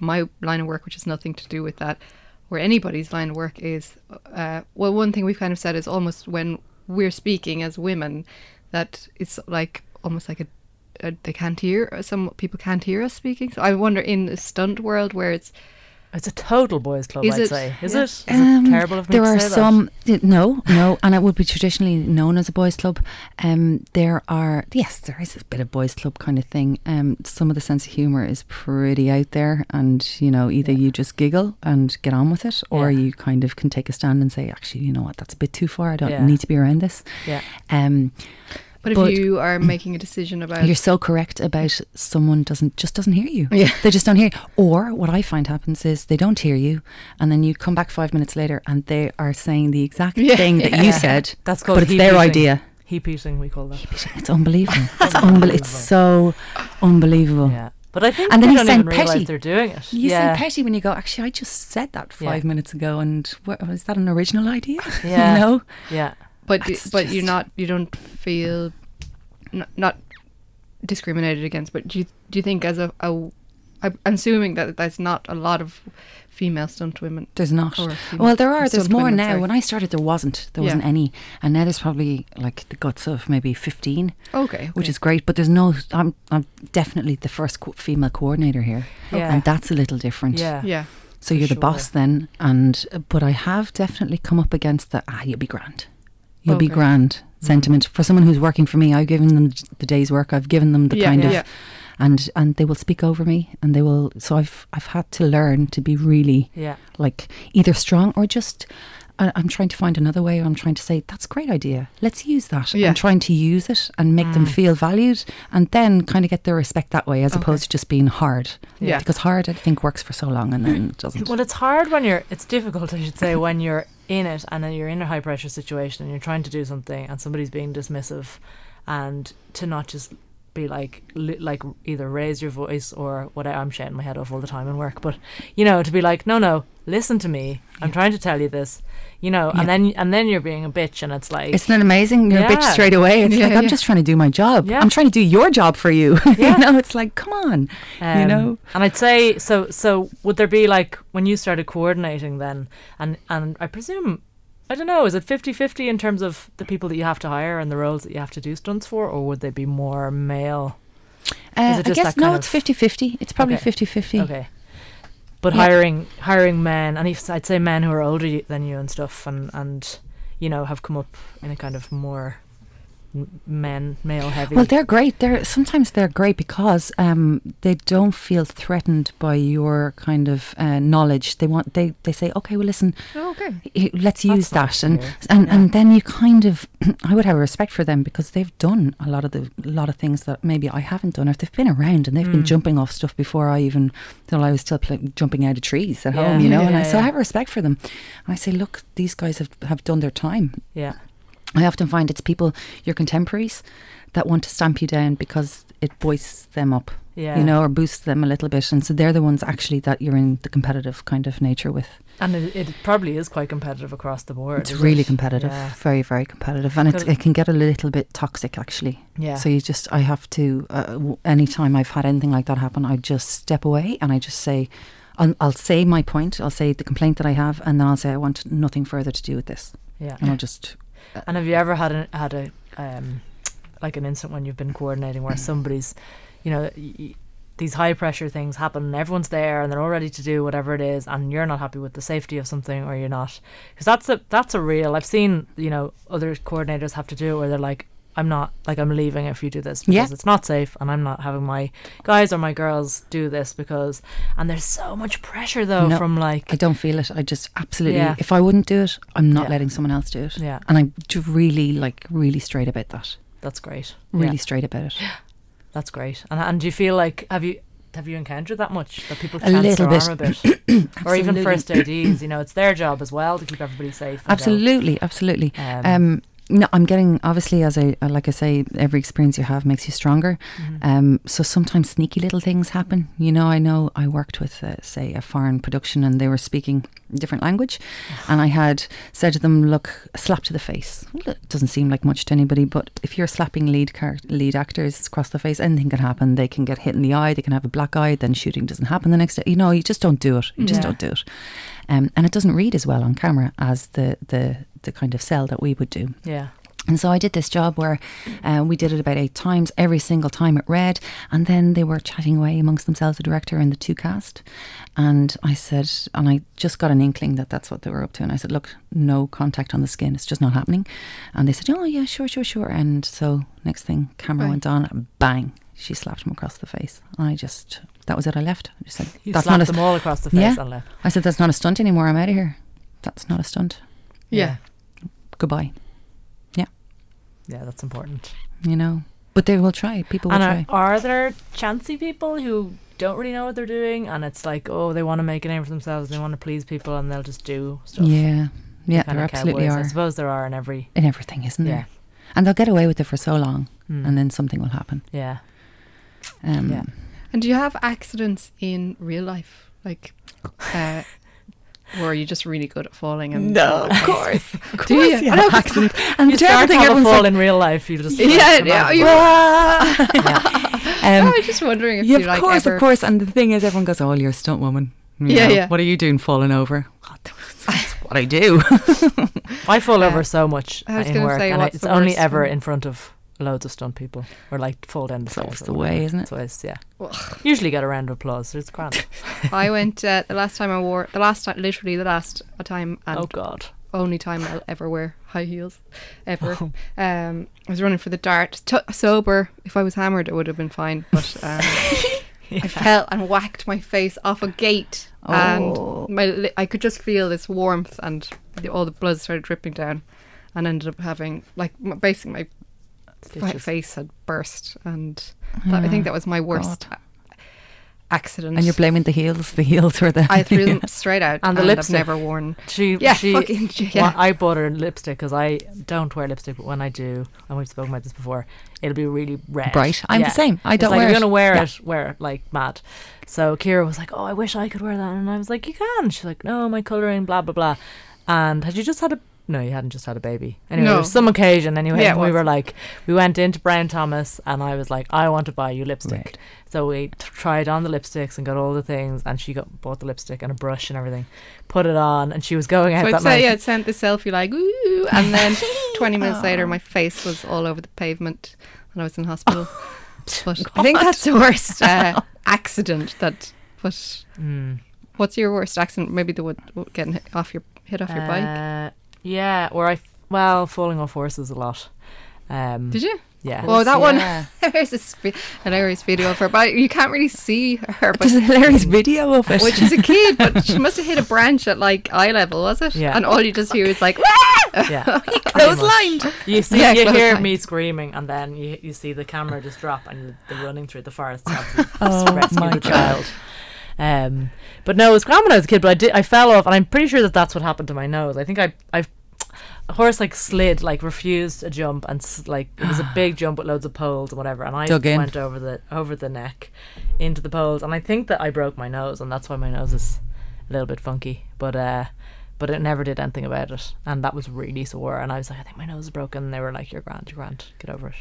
my line of work, which has nothing to do with that, or anybody's line of work, is uh, well, one thing we've kind of said is almost when we're speaking as women, that it's like almost like a, a they can't hear uh, some people can't hear us speaking. So I wonder in the stunt world where it's
It's a total boys' club,
Is
I'd
it?
say. Is
Yeah.
it? Is
Um,
it terrible of me
there
to
are
say that?
some th- no no and it would be traditionally known as a boys club um there are yes there is a bit of boys club kind of thing um some of the sense of humor is pretty out there and you know either you just giggle and get on with it or
Yeah.
you kind of can take a stand and say actually you know what that's a bit too far i don't
Yeah.
need to be around this
Yeah.
um
but if
But-
you are making a decision about
you're so correct about someone doesn't just doesn't hear you.
(laughs) Yeah.
They just don't hear. you. Or what I find happens is they don't hear you, and then you come back five minutes later and they are saying the exact
Yeah.
thing that you said.
That's called
But it's
heap
their
eating.
idea.
Heap eating, we call that.
It's unbelievable. It's unbelievable. It's so unbelievable.
Yeah. But I think
And then
they
you
don't
sound
even
petty.
realise they're doing it.
You
yeah.
sound petty when you go. Actually, I just said that
Yeah.
five minutes ago, and what, was that an original idea?
Yeah.
you know,
Yeah.
but y-
That's
but you're
just-
not you don't feel n- not discriminated against but do you do you think as a, a I'm I'm assuming that there's not a lot of female stunt women
there's not.
or female
Well, there are. There's
stunt
more
women,
now.
sorry.
When I started, there wasn't. There
Yeah.
wasn't any, and now there's probably like the guts of maybe fifteen.
okay,
which
okay.
is great. But there's no, I'm, I'm definitely the first co- female coordinator here,
Yeah.
Oh, and that's a little different.
Yeah.
yeah
So you're the
sure.
boss then, and uh, but I have definitely come up against the ah, you'll be grand, you'll be
Okay.
grand sentiment for someone who's working for me. I've given them the day's work. I've given them the
Yeah,
kind of.
yeah.
And, and they will speak over me and they will so I've I've had to learn to be really
Yeah.
like either strong or just I- I'm trying to find another way. I'm trying to say that's a great idea. Let's use that.
Yeah.
I'm trying to use it and make
Mm.
them feel valued, and then kind of get their respect that way, as
Okay.
opposed to just being hard.
Yeah.
because hard I think works for so long and then it doesn't.
Well, it's hard when you're, it's difficult, I should say, when you're in it and then you're in a high pressure situation and you're trying to do something and somebody's being dismissive and to not just be like, li- like either raise your voice or what I, I'm shouting my head off all the time in work, but you know, to be like, no, no, listen to me. I'm trying to tell you this, you know,
Yeah.
and then, and then you're being a bitch and it's like,
(laughs) Isn't it amazing? You're a bitch
Yeah.
straight away. It's
Yeah,
like I'm
yeah.
just trying to do my job.
Yeah.
I'm trying to do your job for you. (laughs)
Yeah.
you know, it's like come on. you
Um,
know,
and I'd say so. So would there be like when you started coordinating then, and and I presume, I don't know, is it 50-50 in terms of the people that you have to hire and the roles that you have to do stunts for, or would they be more male?
Uh,
Um, it
I
just that
guess
kind
no.
of-
It's 50-50. It's probably
Okay.
50-50.
Okay, but
Yeah.
hiring hiring men, and if, I'd say men who are older y- than you and stuff, and and you know have come up in a kind of more m- men male heavy.
Well, they're great. They're sometimes they're great because um, they don't feel threatened by your kind of uh, knowledge. They want they, they say, okay, well, listen,
oh, okay
i- let's use
nice
that, and
to hear.
and,
Yeah.
and then you kind of (clears throat) I would have a respect for them because they've done a lot of the lot of things that maybe I haven't done. Or if they've been around and they've been
Hmm.
jumping off stuff before I even, till I was still pl- jumping out of trees at
Yeah.
home, you know. and I,
Yeah,
so I
yeah.
have respect for them. And I say, look, these guys have have done their time.
yeah,
I often find it's people, your contemporaries, that want to stamp you down because it boists them up,
yeah,
you know, or boosts them a little bit. And so they're the ones actually that you're in the competitive kind of nature with.
and it, it probably is quite competitive across the board.
It's
is
really
it?
competitive,
Yeah.
very, very competitive. And it's,
Because-
it can get a little bit toxic, actually.
Yeah.
So you just, I have to, uh, w- anytime I've had anything like that happen, I just step away and I just say, I'll, I'll say my point, I'll say the complaint that I have, and then I'll say, I want nothing further to do with this.
yeah.
And I'll just
And have you ever had a, had a um, like an incident when you've been coordinating where somebody's, you know, y- y- these high pressure things happen and everyone's there and they're all ready to do whatever it is and you're not happy with the safety of something or you're not because that's a that's a real I've seen you know other coordinators have to do it where they're like I'm not like I'm leaving if you do this
Yeah.
because it's not safe, and I'm not having my guys or my girls do this because. And there's so much pressure though
No,
from like
I don't feel it. I just absolutely.
Yeah.
If I wouldn't do it, I'm not
Yeah.
letting someone else do it.
yeah,
And I'm j- really like really straight about that.
that's great.
Really
Yeah,
straight
(gasps)
about it.
that's great. And and do you feel like have you have you encountered that much that people
A
chance
little
their
bit.
arm a
(clears throat)
bit, or even
Absolutely.
first ADs? You know, it's their job as well to keep everybody safe. and go.
Absolutely, absolutely.
Um,
Um, no, I'm getting obviously as I like I say, every experience you have makes you stronger.
mhm.
Um, so sometimes sneaky little things happen. You know, I know I worked with, uh, say, a foreign production and they were speaking a different language. And I had said to them, look, a slap to the face. Well, it doesn't seem like much to anybody, but if you're slapping lead car- lead actors across the face, anything can happen. They can get hit in the eye, they can have a black eye, then shooting doesn't happen the next day. You know, you just don't do it. You just
Yeah.
don't do it. Um, and it doesn't read as well on camera as the, the, the kind of cell that we would do.
yeah,
And so I did this job where uh, we did it about eight times. Every single time it read, and then they were chatting away amongst themselves, the director and the two cast. And I said, and I just got an inkling that that's what they were up to. And I said, look, no contact on the skin; it's just not happening. And they said, oh yeah, sure, sure, sure. And so next thing, camera
Right.
went on, bang, she slapped him across the face. And I just, that was it. I left. I just said,
you
that's
slapped
not a.
them all across the face
Yeah.
and left.
I said, that's not a stunt anymore. I'm out of here. That's not a stunt.
Yeah.
Goodbye.
yeah, that's important.
You know. But they will try. People will
And
try.
are, are there chancy people who don't really know what they're doing and it's like, oh, they want to make a name for themselves, they want to please people and they'll just do stuff?
Yeah, yeah,
Kind
there
of
absolutely
cowboys.
are
I suppose there are in every.
in everything, isn't
Yeah.
there? And they'll get away with it for so long,
Mm.
and then something will happen.
yeah.
Um,
Yeah.
And do you have accidents in real life, like,
(laughs)
uh, or are you just really good at falling? And (laughs)
course, of
Do you?
you
(laughs)
have accidents. And
You
the
start to
terrible thing,
have a
everyone's
fall
like,
in real life. You just
Yeah,
(laughs)
yeah.
(laughs)
You,
um,
I was just wondering if
yeah,
you
of
like
course,
ever.
of course. And the thing is, everyone goes, "Oh, you're a stunt woman." You
Yeah,
know,
yeah.
What are you doing,
(laughs)
falling over? God, that's what I do. (laughs)
I fall
Uh,
over so much
I was
in
gonna
work,
say,
and I,
what's
it's
the
only
worst
ever
one?
in front of loads of stunt people, or like fall down the
It's
stairs.
always
or
the
whatever.
way, isn't
It's
it?
always, yeah. Usually get a round of applause. It's grand.
I went uh, the last time I wore the last time, literally the last time and
oh God.
only time I'll ever wear high heels, ever. um, I was running for the dart, t- sober. If I was hammered, it would have been fine, but um, I fell and whacked my face off a gate,
Oh.
and my li- I could just feel this warmth, and the, all the blood started dripping down, and ended up having like m- basically my fa-
Stitches.
face had burst, and that, I think that was my worst a- accident.
And you're blaming the heels. The heels were the.
I
(laughs)
threw them straight out,
And
and,
the
I've
lipstick.
never worn.
She,
Yeah,
she,
(laughs)
fucking yeah.
Well, I bought her lipstick because I don't wear lipstick, but when I do, and we've spoken about this before, it'll be really red.
bright. I'm
Yeah.
the same. I
It's
don't
like,
wear.
If you're gonna
it.
wear
Yeah.
it, wear it like mad. So Kira was like, "Oh, I wish I could wear that," and I was like, "You can." She's like, "No, my coloring, blah blah blah." And had you just had a? No, you hadn't just had a baby. Anyway,
No.
there was some occasion. Anyway,
Yeah, it
and we
was.
were like, we went into Brown Thomas, and I was like, I want to buy you lipstick.
Right.
So we t- tried on the lipsticks and got all the things, and she got bought the lipstick and a brush and everything, put it on, and she was going out
So I'd
that
say
night.
yeah, I'd sent the selfie like ooh, and then 20 minutes later, my face was all over the pavement, and I was in hospital. But I think that's the worst uh, accident. That but
Mm.
what's your worst accident? Maybe the one getting hit off your hit off your bike.
Uh, yeah, or I f- well falling off horses a lot. Um,
Did you?
yeah,
Well, that one- (laughs)
Yeah.
There's a sp- hilarious video of her, but you can't really see her. But
There's
(laughs)
a hilarious video of it.
well, she's a kid, but she must have hit a branch at like eye level, was it?
Yeah.
And all you just hear is like, (laughs)
yeah.
close lined.
(laughs) You see,
Yeah,
you
close
hear
line.
me screaming, and then you, you see the camera just drop, and the, the running through the (laughs) forest to
Oh
rescue
my
the
God.
child. Um, but no, it was grand when I was a kid. But I did, I fell off, and I'm pretty sure that that's what happened to my nose. I think I, I, a horse like slid, like refused a jump, and s- like it (gasps) was a big jump with loads of poles and whatever, and I
Dug in.
went over the over the neck into the poles, and I think that I broke my nose, and that's why my nose is a little bit funky. But uh, but it never did anything about it, and that was really sore. And I was like, I think my nose is broken. And they were like, You're grand, you're grand, get over it.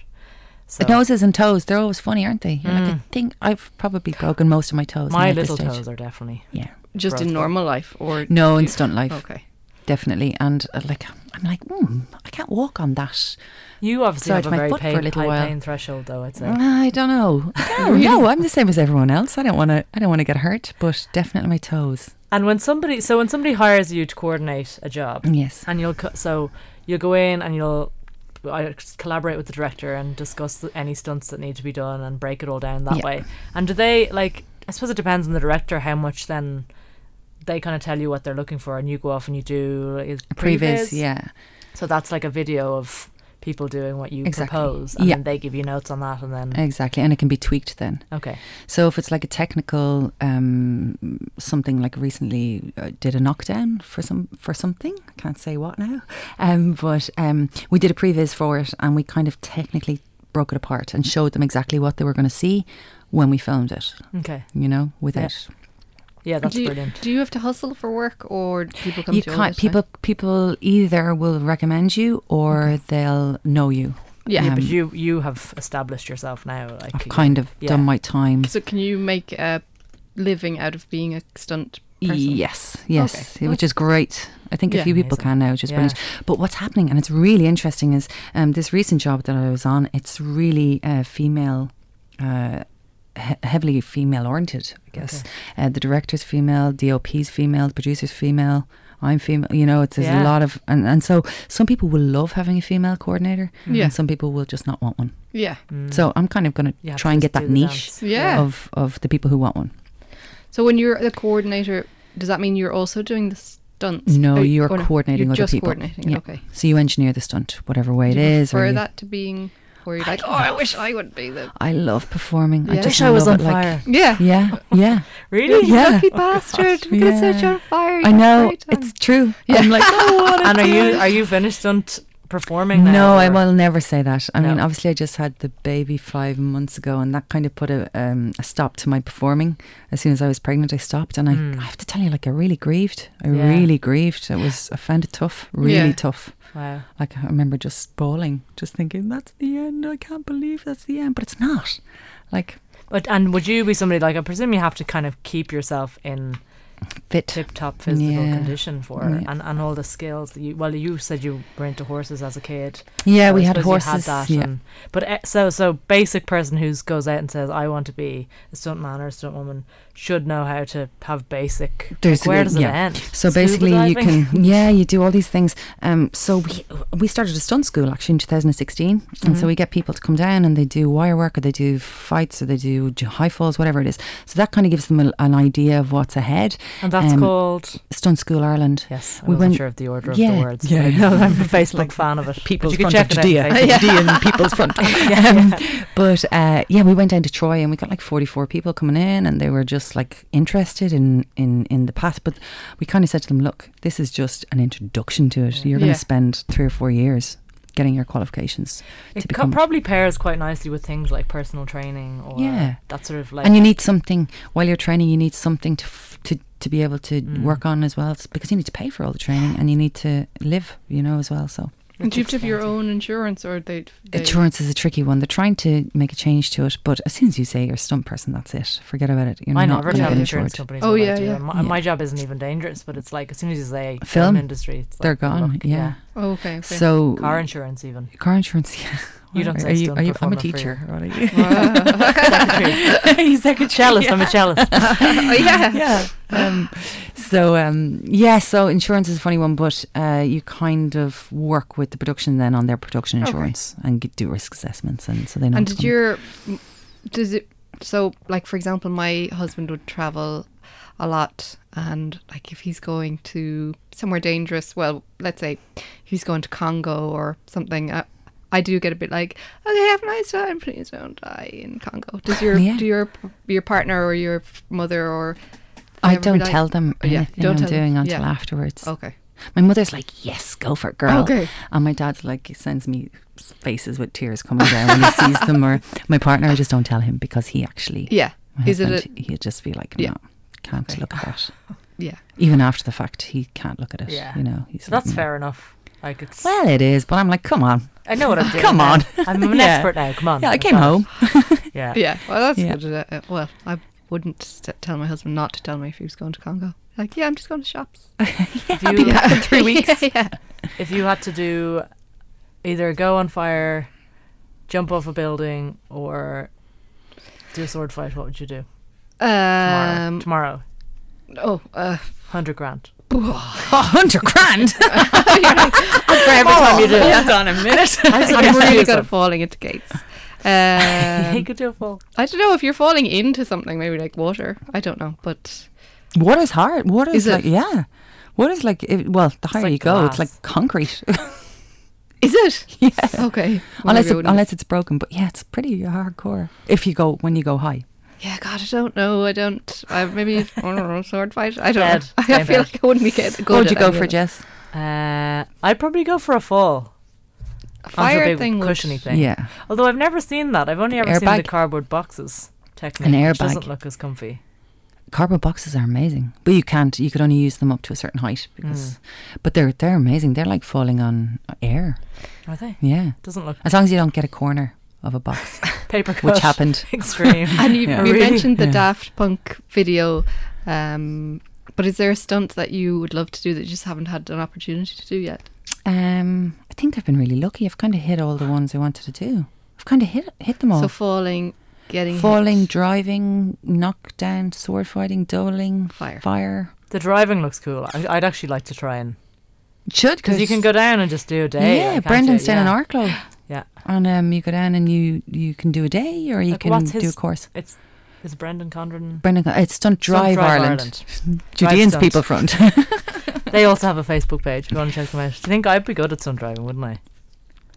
So Mm.
The noses and toes, they're always funny, aren't they? You're like, I think I've probably broken most of my toes. now
my
at this
little
stage.
toes are definitely
Yeah.
Just in
Broken.
normal life, or
No,
do
in
you-
stunt life,
Okay.
definitely. And uh, like, I'm like, hmm, I can't walk on that.
You obviously
So
have
it's
a
my
very
foot for a
pain,
little
high
while. Mm-hmm.
pain threshold, though. I'd say.
Ah, I
(laughs)
don't know. No, no, I'm the same as everyone else. I don't want to. I don't want to get hurt, but definitely my toes.
And when somebody, so when somebody hires you to coordinate a job,
Yes.
and you'll co- so you'll go in and you'll I collaborate with the director and discuss th- any stunts that need to be done and break it all down that
Yeah.
way. And do they like? I suppose it depends on the director how much then they kind of tell you what they're looking for, and you go off and you do like, is
previous, yeah.
So that's like a video of people doing what you
Exactly.
propose, and
Yeah.
then they give you notes on that, and then
Exactly, and it can be tweaked then.
okay,
So if it's like a technical um, something, like recently uh, did a knockdown for some for something, I can't say what now, um, but um, we did a previs for it, and we kind of technically broke it apart and showed them exactly what they were going to see when we filmed it.
okay,
You know, without
yeah, that's
do you,
brilliant.
Do you have to hustle for work, or do people come
you
to you all
can't.
the time?
People people either will recommend you or they'll know you.
Yeah.
but
um,
you you have established yourself now, like
I've
you-
kind of
yeah.
done my time.
so can you make a living out of being a stunt person?
Yes, yes,
Okay.
which is great. I think
Yeah.
a few people
Amazing.
can now, which is
Yeah.
brilliant. But what's happening, and it's really interesting, is um, this recent job that I was on. It's really uh, female, uh, he- heavily female oriented. I guess uh, the director's female, DOP's female, the producer's female. I'm female. You know, it's there's
Yeah.
a lot of, and, and so some people will love having a female coordinator,
Yeah.
and some people will just not want one.
Yeah.
Mm.
So I'm kind of going
You
to
have
try
to
and
just
get
do
that
the
niche
dance.
Yeah.
of of the people who want one.
So when you're the coordinator, does that mean you're also doing the stunts?
No,
Or-
you're
or no,
coordinating
you're
other
just
people.
coordinating.
Yeah.
Okay.
So you engineer the stunt, whatever way it
Do you
is. or
Prefer
you-
that to being where you're
I
like, oh,
love-
I wish I would be the.
I love performing.
Yeah.
I just
wish I was on
love it, like-
fire.
Yeah.
(laughs)
yeah, yeah. (laughs)
Really?
Yeah.
Lucky bastard. We're gonna set you
Yeah.
on fire.
I
you
know
great time.
it's
(laughs)
true.
Yeah.
I'm like,
and are you are you finished on t- performing now?
no, I
or-
will never say that. I mean,
No.
obviously, I just had the baby five months ago, and that kind of put a, um, a stop to my performing. As soon as I was pregnant, I stopped, and I,
Mm.
I have to tell you, like, I really grieved. I
Yeah.
really grieved. It was, I found it tough, really
Yeah.
tough.
Wow.
Like, I remember just bawling, just thinking, that's the end. I can't believe that's the end, but it's not. Like,
But, and would you be somebody like I presume you have to kind of keep yourself in
fit.
tip top physical
Yeah.
condition for
Yeah.
and, and all the skills that you well you said you were into horses as a kid.
Yeah,
So
we
I
had
suppose
horses.
you that
yeah.
and- but eh, so so basic person who goes out and says I want to be a stuntman or a stuntwoman should know how to have basic.
There's
where
the-
does
yeah.
it end?
So
Scuba
basically, you
diving?
can yeah, you do all these things. Um, so we we started a stunt school actually in 2016, and
Mhm.
so we get people to come down and they do wire work or they do fights or they do j- high falls, whatever it is. So that kind of gives them a, an idea of what's ahead.
(laughs) and that's
um,
called
Stunt School Ireland.
yes. I
we
wasn't
went-
sure of the order of the
yeah,
words. but
yeah,
I know (laughs) I'm a Facebook
Like
fan of it. But
People's
you can
front
check
of
it out on
Judea.
Facebook.
(laughs)
(laughs)
Judea and people's front. Um, but uh, yeah, we went down to Troy and we got like 44 people coming in, and they were just like interested in in in the path. But we kind of said to them, "Look, this is just an introduction to it.
Yeah.
You're going to
Yeah.
spend three or four years getting your qualifications,
It co-
become-
probably pairs quite nicely with things like personal training or
Yeah.
that sort of like.
and you need something while you're training. You need something to." F- to to be able to
Mm.
work on as well It's because you need to pay for all the training and you need to live, you know, as well. So
And do you have to have your own insurance, or they? they
insurance is a tricky one. They're trying to make a change to it, but as soon as you say you're a stunt person, that's it. Forget about it. You're
I
not
never
gonna
tell
get
insurance
insured.
companies.
Oh,
what I
yeah,
do,
yeah.
and My,
Yeah.
my job isn't even dangerous, but it's like as soon as you say film,
Film,
industry, it's like,
They're
well,
gone.
look,
yeah.
Oh, okay. okay.
So
Car insurance, even.
car insurance. Yeah.
You don't say
Whatever. are you,
stunt
are you, I'm a
performer for
teacher. What
(laughs)
are you?
Wow.
(laughs)
Secretary. (laughs) cellist. I'm a cellist.
oh yeah.
yeah. Um, so um, yeah. So insurance is a funny one, but uh, you kind of work with the production then on their production
Okay.
insurance and g- do risk assessments, and so they know.
And
what's
did
coming.
your m- does it so like for example my husband would travel a lot and like if he's going to somewhere dangerous well let's say he's going to Congo or something I, I do get a bit like okay have a nice time please don't die in Congo does your
Yeah.
do your your partner or your mother or
I
whoever
don't
like-
tell them
Oh, yeah,
anything
don't
I'm
tell them.
doing until
Yeah. Oh.
afterwards.
okay
My mother's like, "Yes, go for it, girl."
Okay.
And my dad's like, he sends me faces with tears coming down when he sees them.
(laughs)
Or my partner, I just don't tell him because he actually,
yeah
my
is it a
husband, he'd just be like, "No,
Yeah.
can't
Okay.
look at that."
yeah
Even after the fact, he can't look at it.
Yeah.
You know, he's
So that's
like, "No."
fair enough. Like it's,
Well, it is, but I'm like, come on.
I know
(laughs)
what I'm doing.
come
now.
on.
I'm an
(laughs) Yeah.
expert now. Come on.
Yeah, I
I've
came
got it.
home. (laughs)
Yeah.
yeah well that's
Yeah.
good uh, well I wouldn't st- tell my husband not to tell me if he was going to Congo like yeah I'm just going to shops
If
I'll be
you
back in three
(laughs) Yeah,
weeks (laughs) yeah.
if you had to do either go on fire, jump off a building, or do a sword fight, what would you do? Tomorrow.
Um,
Tomorrow.
oh, uh, (laughs)
Hundred grand.
hundred grand.
for every time you do it.
Hold on a
(laughs)
minute.
I'm really good at falling into gates.
(laughs)
Um,
he could do a full.
I don't know if you're falling into something, maybe like water. I don't know, but
Water's hard. Water's
Is it?
like yeah. Water's like it, well, the higher
like
you go, it's
glass.
like concrete. (laughs)
is it? Yeah. Okay. Well,
unless
maybe I
it,
wouldn't-
unless it's broken, but yeah, it's pretty hardcore. If you go when you go high,
yeah, God, I don't know. I don't. I maybe I don't know sword fight. I don't.
Dead.
Know. (laughs) I
Same
feel
bed.
like I wouldn't be good. good
what would you
at
go
any
for,
of it.
Jess?
Uh, I'd probably go for a fall.
A
onto a
fire
big
thing? would-
cushiony thing.
Yeah,
Although I've never seen that. I've only ever seen the
Airbag.
cardboard boxes. Technically, which
airbag.
doesn't look as comfy.
cardboard boxes are amazing, but you can't. You could only use them up to a certain height because,
Mm.
but they're they're amazing. They're like falling on air.
Are they?
Yeah,
Doesn't look (laughs)
as long as you don't get a corner of a box, (laughs)
paper cut.
which happened.
(laughs)
(laughs)
Extreme.
And you,
Yeah.
you
Really?
mentioned the
Yeah.
Daft Punk video, um, but is there a stunt that you would love to do that you just haven't had an opportunity to do yet?
Um, I think I've been really lucky. I've kind of hit all the ones I wanted to do. I've kind of hit hit them all.
So falling, getting hit.
Falling, driving, knockdown, sword fighting, doling,
Fire.
fire.
the driving looks cool. I, I'd actually like to try and
Should
because you can go down and just do a day.
Yeah,
like, can't
Brendan's
you?
down
Yeah.
in Arklow,
Yeah,
and um, you go down and you you can do a day or you
Like,
can
what's
do a
his-
course.
it's is Brendan Condren.
Brendan, it's stunt drive,
Drive
Ireland.
Drive
Judean's
stunt.
people front.
They also have a Facebook page. Go and check them out. Do you think I'd be good at sun driving? Wouldn't I?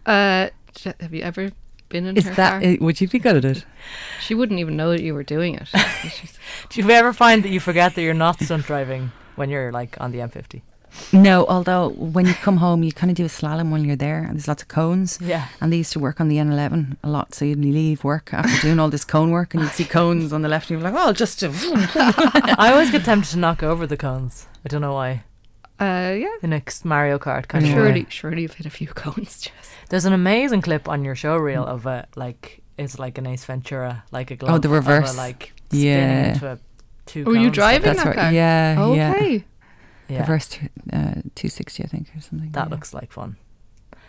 Uh, j- have you ever been in
(laughs) Is
her
that?
car?
It, would you be good at it?
She wouldn't even know that you were doing
(laughs)
it. She's-
Do you ever find that you forget that you're not stunt driving when you're like on the M50?
No, although when you come home, you kind of do a slalom while you're there, and there's lots of cones.
Yeah.
And they used to work on the N11 a lot, so you'd leave work after doing all this cone work, and you'd see cones on the left, and you'd be like, "Oh, I'll just do."
(laughs) I always get tempted to knock over the cones. I don't know why.
uh, yeah.
The next Mario Kart kind of. way.
Surely, surely you've hit a few cones, Jess.
There's an amazing clip on your show reel of a like it's like an Ace Ventura like a glove.
Oh, the
of a,
reverse.
like spinning
Yeah.
into a two.
Were Oh, you
cones.
driving?
That's
that
right.
car.
Yeah, Uh, yeah.
Okay.
Yeah.
Reverse th- uh, 260, I think, or something.
That
yeah.
looks like fun.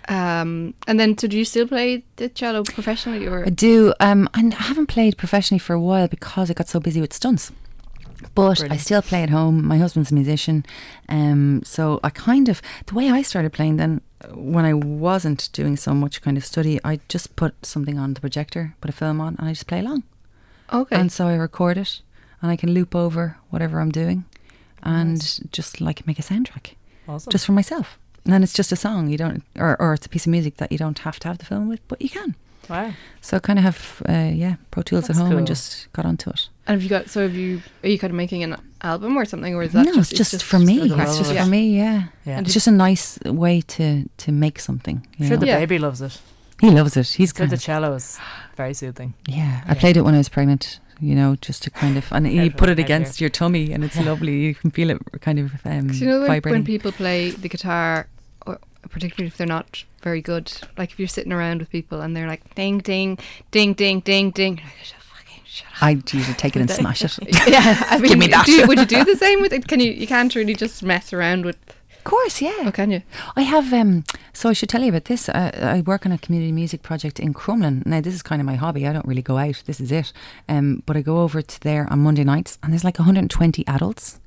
Um, and then, so do you still play the cello professionally, or
I do. Um, and I haven't played professionally for a while because I got so busy with stunts. But I
Brilliant.
still play at home. My husband's a musician, um, so I kind of the way I started playing then, uh, when I wasn't doing so much kind of study, I just put something on the projector, put a film on, and I just play along.
okay?
And so I record it, and I can loop over whatever I'm doing, and just like make a soundtrack
Awesome.
just for myself. And then it's just a song you don't, or, or it's a piece of music that you don't have to have the film with, but you can.
wow.
So I kind of have, uh, yeah, Pro Tools
That's
at home
cool.
and just got onto it.
and have you got? So have you? Are you kind of making an album or something, or is that
no,
just,
it's just, for me.
the
It's
love
just
of
it.
for me, yeah.
Yeah.
It's just a nice way to to make something. you
I'm sure
know?
the
Yeah.
baby loves it.
he loves it. He's
Good
kind
the
of,
cello is very soothing.
yeah. I
Yeah.
played it when I was pregnant, you know, just to kind of, and you
Head
put
roll,
it
head
against your tummy, and it's lovely. You can feel it kind of um,
'Cause you know when, when
vibrating.
people play the guitar, or particularly if they're not very good, like if you're sitting around with people and they're like ding ding ding ding ding ding, you're like, "Shut fucking shut up."
I usually take it and smash it. of
(laughs) yeah, I mean,
me that.
do you- would you (laughs) do the same with it? Can you? You can't really just mess around with.
course, yeah.
Oh, can you?
I have, um, so I should tell you about this. I, I work on a community music project in Crumlin. Now, this is kind of my hobby. I don't really go out. This is it. Um, but I go over to there on Monday nights, and there's like 120 adults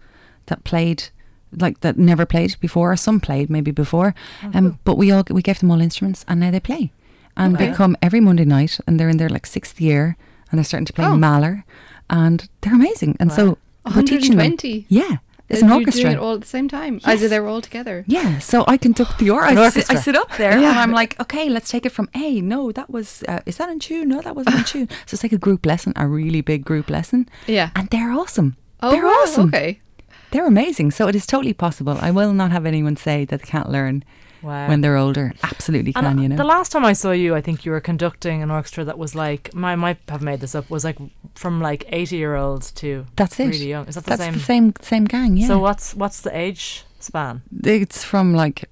that played, like that never played before, or some played maybe before.
Oh,
Um, but we all we gave them all instruments, and now they play. And they
Okay.
come every Monday night, and they're in their like sixth year, and they're starting to play
Oh.
Mahler, and they're amazing. And so we're teaching them.
120?
Yeah, it's
And
an
you're
orchestra.
Doing it all at the same time. As if
Yes.
they were all together.
Yeah, so I conduct the or- I, sit, I
orchestra.
sit up there and I'm like, okay, let's take it from A. No, that was uh, is that in tune? No,
(laughs)
that wasn't in tune. So it's like a group lesson, a really big group lesson,
Yeah.
and they're awesome.
Oh,
they're
wow,
awesome.
Okay.
They're amazing. So it is totally possible. I will not have anyone say that they can't learn
Wow.
when they're older. Absolutely
And
can, you
The
know.
last time I saw you, I think you were conducting an orchestra that was like, my, I might have made this up, was like from like 80 year olds to
That's it.
really young. Is that the
That's
same?
the same same gang. Yeah.
So what's what's the age span?
It's from like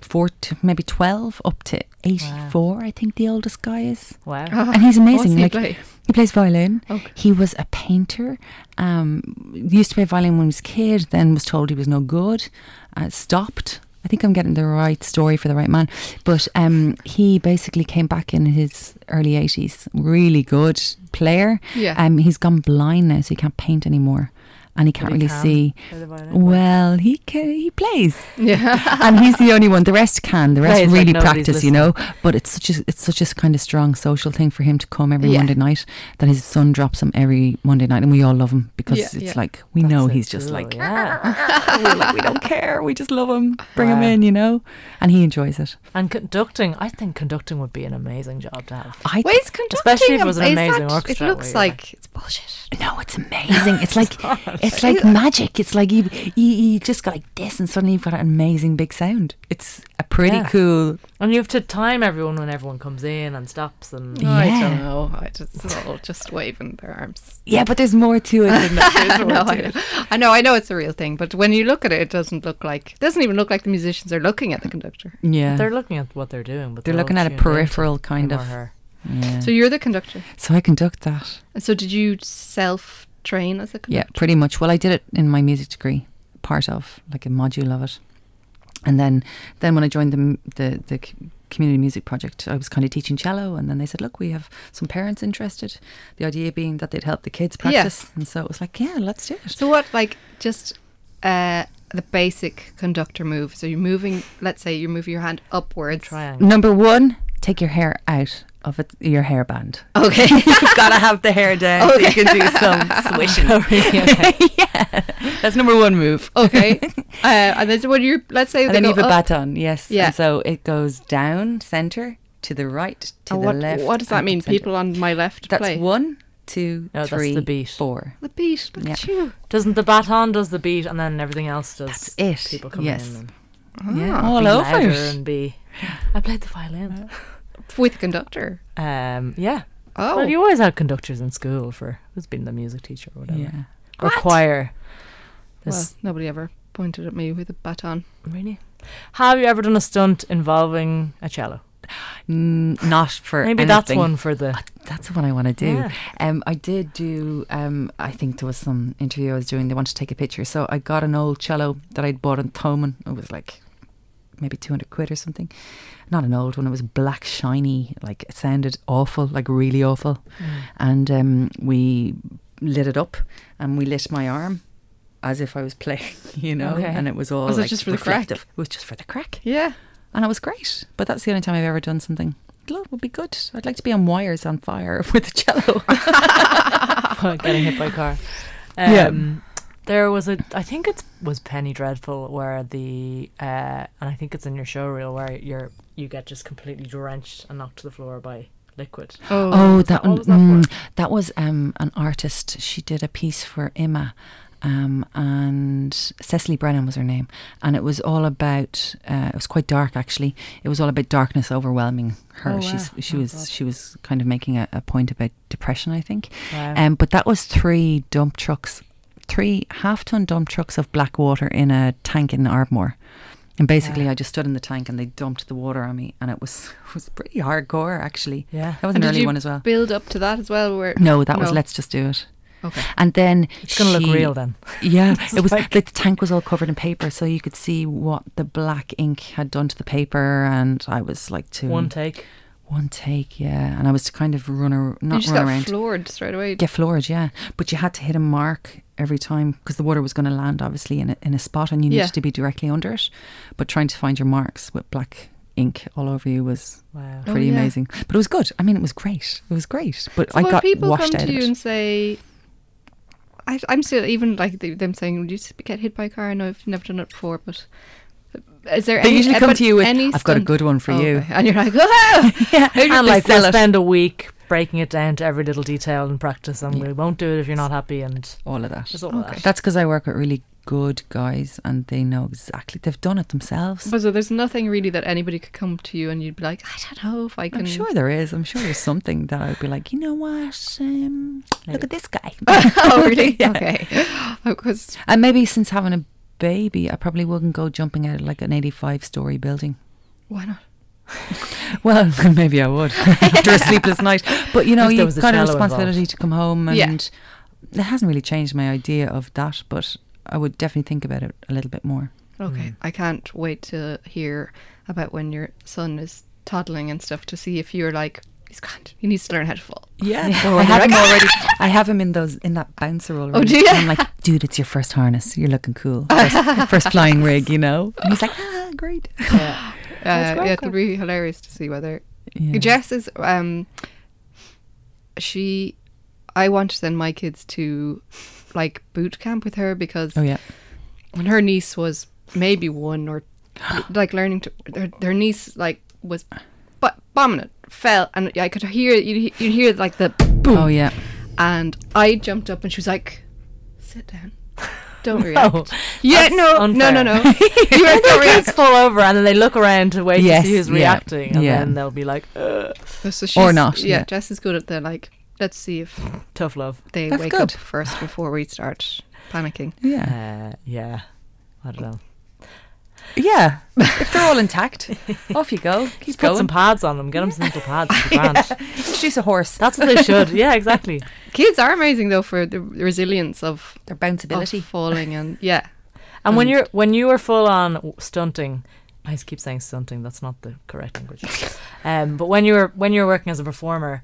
four to maybe twelve up to
Wow.
eighty-four. I think the oldest guy is,
Wow.
Ah,
and
(laughs) What's
he's amazing.
he
like,
play?
He plays violin.
Okay.
He was a painter. Um, used to play violin when he was a kid. Then was told he was no good. Uh, stopped. I think I'm getting the right story for the right man. But um, he basically came back in his early 80s. Really good player.
Yeah.
Um, he's gone blind now, so he can't paint anymore. and he can't
But he
really
can
see.
play the violin.
Well, he can, he plays,
Yeah.
(laughs) and he's the only one. The rest can. The rest
Plays like
really
nobody's
practice, you know. But it's such a it's such a kind of strong social thing for him to come every
Yeah.
Monday night. That his son drops him every Monday night, and we all love him because
Yeah,
it's
yeah.
like we
That's
know
so
he's just
cool,
like
yeah.
we're like, (laughs) we don't care. We just love him. Bring him
Wow.
in, you know? And he enjoys it.
and conducting. I think conducting would be an amazing job to have.
I
Well, it's conducting
Especially if it was an
is
amazing
that-
orchestra
It looks
where you're
like it's bullshit.
(laughs) no, it's amazing. It's like
(laughs) Oh,
it's like magic. It's like you, you you just go like this, and suddenly you've got an amazing big sound. It's a pretty
Yeah.
cool.
And you have to time everyone when everyone comes in and stops and
Yeah.
I don't know. I just it's all just waving their arms.
Yeah, but there's more to it than that.
(laughs)
There's
I
more
know,
to
I know, (gasps) I know, I know it's a real thing, but when you look at it, it doesn't look like it doesn't even look like the musicians are looking at the conductor.
it. Yeah.
they're looking at what they're doing, but
They're
they're all
looking at a
tuned into
peripheral kind
him or
of-
her.
yeah.
So
So,
you're the conductor.
I conduct that.
And so did you self train as a
Yeah,
conductor?
pretty much. Well, I did it in my music degree, part of like a module of it, and then then when I joined the m- the the c- community music project, I was kind of teaching cello, and then they said, "Look, we have some parents interested." The idea being that they'd help the kids
Yeah.
practice, and so it was like, "Yeah, let's do it."
So what like just uh the basic conductor move. So you're moving let's say you move your hand upwards.
Triangle.
Um, (laughs) Number one, take your hair out of it, your hairband.
Okay. (laughs)
You've got to have the hair
(laughs)
down so you can do some (laughs) swishing.
(laughs)
yeah, that's number one move. (laughs)
okay. Uh, and then so when you let's say
And
they
then you have
go
a
up, uh,
baton, yes.
Yeah.
And so it goes down, center, to the right, to
and
the
what,
left.
what does
and
that
up
mean?
centre.
People on my left
That's
play
one, two,
No, Oh, that's the
three,
beat.
four.
the beat. Look at you.
Doesn't the baton does the beat and then everything else does
That's it,
people come
yes.
in and
Yeah,
Ah.
all
be
over
louder
it.
and be I played the violin.
with conductor.
Um yeah.
Oh,
Well you always had conductors in school for who's been the music teacher or whatever.
Yeah.
Or
What?
choir.
well,
There's-
nobody ever pointed at me with a baton.
really? Have you ever done a stunt involving a cello?
Mm, not for
Maybe that's
anything.
one for the
That's what I want to do.
Yeah.
Um, I did do. Um, I think there was some interview I was doing. They wanted to take a picture, so I got an old cello that I'd bought in Thoman. It was like maybe two hundred quid or something. Not an old one. It was black, shiny. Like it sounded awful, like really awful.
Mm.
And um, we lit it up, and we lit my arm. As if I was playing, (laughs) you know,
Okay.
and it was all
Was it
like
just for the crack?
reflective. It was just for the crack,
Yeah.
and it was great. But that's the only time I've ever done something. Love would be good. I'd like to be on wires on fire (laughs) with a cello.
(laughs) getting hit by a car.
Yeah.
Um, There was a, I think it was Penny Dreadful, where the, uh, and I think it's in your show reel where you're you get just completely drenched and knocked to the floor by liquid.
Oh,
was that-
that one.
what was that
mm, that was um, an artist. She did a piece for Emma, um, and Cecily Brennan was her name, and it was all about. Uh, it was quite dark, actually. It was all about darkness overwhelming her.
Oh,
She's,
wow.
she
Oh,
was
God.
she was kind of making a, a point about depression, I think.
Wow.
Um, but that was three dump trucks, three half ton dump trucks of black water in a tank in Ardmore. And basically, I just stood in the tank and they dumped the water on me, and it was (laughs) it was pretty hardcore actually.
yeah.
That was
And
an
did
early
you
one as well.
Build up to that as well. Where
No, that was
No.
let's just do it.
okay.
And then
It's gonna
she-
look real then.
(laughs)
Yeah, it was
like-
like the tank was all covered in paper, so you could see what the black ink had done to the paper. And I was like to
One take.
one take, yeah. And I was to kind of run ar-
you
not
just
run
got
around,
floored straight away.
get floored, yeah. But you had to hit a mark every time because the water was going to land obviously in a, in a spot, and you
Yeah.
needed to be directly under it. But trying to find your marks with black ink all over you was
(laughs)
Wow.
Oh,
pretty
yeah.
amazing. But it was good. I mean, it was great. It was great. But
So
I
when
got
people
washed
come
out
to
of
you
it.
and say, I, I'm still even like the, them saying, "Would you s- get hit by a car?" I know I've never done it before, but is there?
They
any,
usually
eh,
come
but
to you with,
any
"I've got a
stunt-
good one for
Oh,
you." (laughs)
okay. and you're like, (laughs) "Oh,
yeah.
And
And
like
sell
we'll
it.
spend a week breaking it down to every little detail and practice, and we won't do it if you're not happy. And
all of that.
there's all of
Okay.
that.
That's because I work with really good guys, and they know exactly. They've done it themselves.
But so there's nothing really that anybody could come to you and you'd be like, I don't know if I can.
I'm sure there is. I'm sure there's something that I'd be like, you know what? Um, look at this (laughs) guy.
(laughs) oh, really? Okay. (laughs) Because
and maybe since having a baby, I probably wouldn't go jumping out of like an 85 story building.
why not?
Well, (laughs) maybe I would after a sleepless night. But you know,
If there
you've
was a
got a
cello
responsibility
involved.
to come home, and
Yeah.
it hasn't really changed my idea of that. But I would definitely think about it a little bit more.
Okay.
Mm.
I can't wait to hear about when your son is toddling and stuff to see if you're like, he's grand. He needs to learn how to
(laughs)
fall.
Yeah, I have him already. I have him in those in that bouncer already.
do you?
I'm like, dude, it's your first harness. You're looking cool. First, first flying rig, you know. And he's like, ah, great.
Yeah.
Uh, yeah, it'll be hilarious to see whether
Yeah.
Jess is. Um, she, I want to send my kids to like boot camp with her because
Oh yeah.
when her niece was maybe one
(gasps)
or like learning to her, her niece like was but bombing it fell and I could hear you you hear like the boom
Oh yeah.
and I jumped up and she was like sit down
(laughs)
(laughs) don't react
Oh,
yeah
that's
no no no
unfair.
no
(laughs)
(laughs) you are don't
Kids
react
fall over and then they look around to wait
Yes,
to see who's
yeah,
reacting, and
yeah.
then they'll be like, "Ugh,
(laughs) So
Or
she's-
not,
yeah,
yeah.
Jess is good at the like let's see if
"Tough love."
they
That's
wake
good.
up first before we start panicking
Yeah.
Uh, yeah, I don't know.
Yeah. if they're all intact, off you go. Keep
Just put some
going.
pads on them. Get them some little
(laughs)
pads. if you can't.
Introduce a horse.
That's what they should. Yeah, exactly.
(laughs) kids are amazing though for the resilience of,
Their
of
bounceability.
falling (laughs) and yeah
And
Mm.
when
And-
you're when you were full on w- stunting, I just keep saying stunting. That's not the correct
(laughs)
language. um, but when you were when you were working as a performer,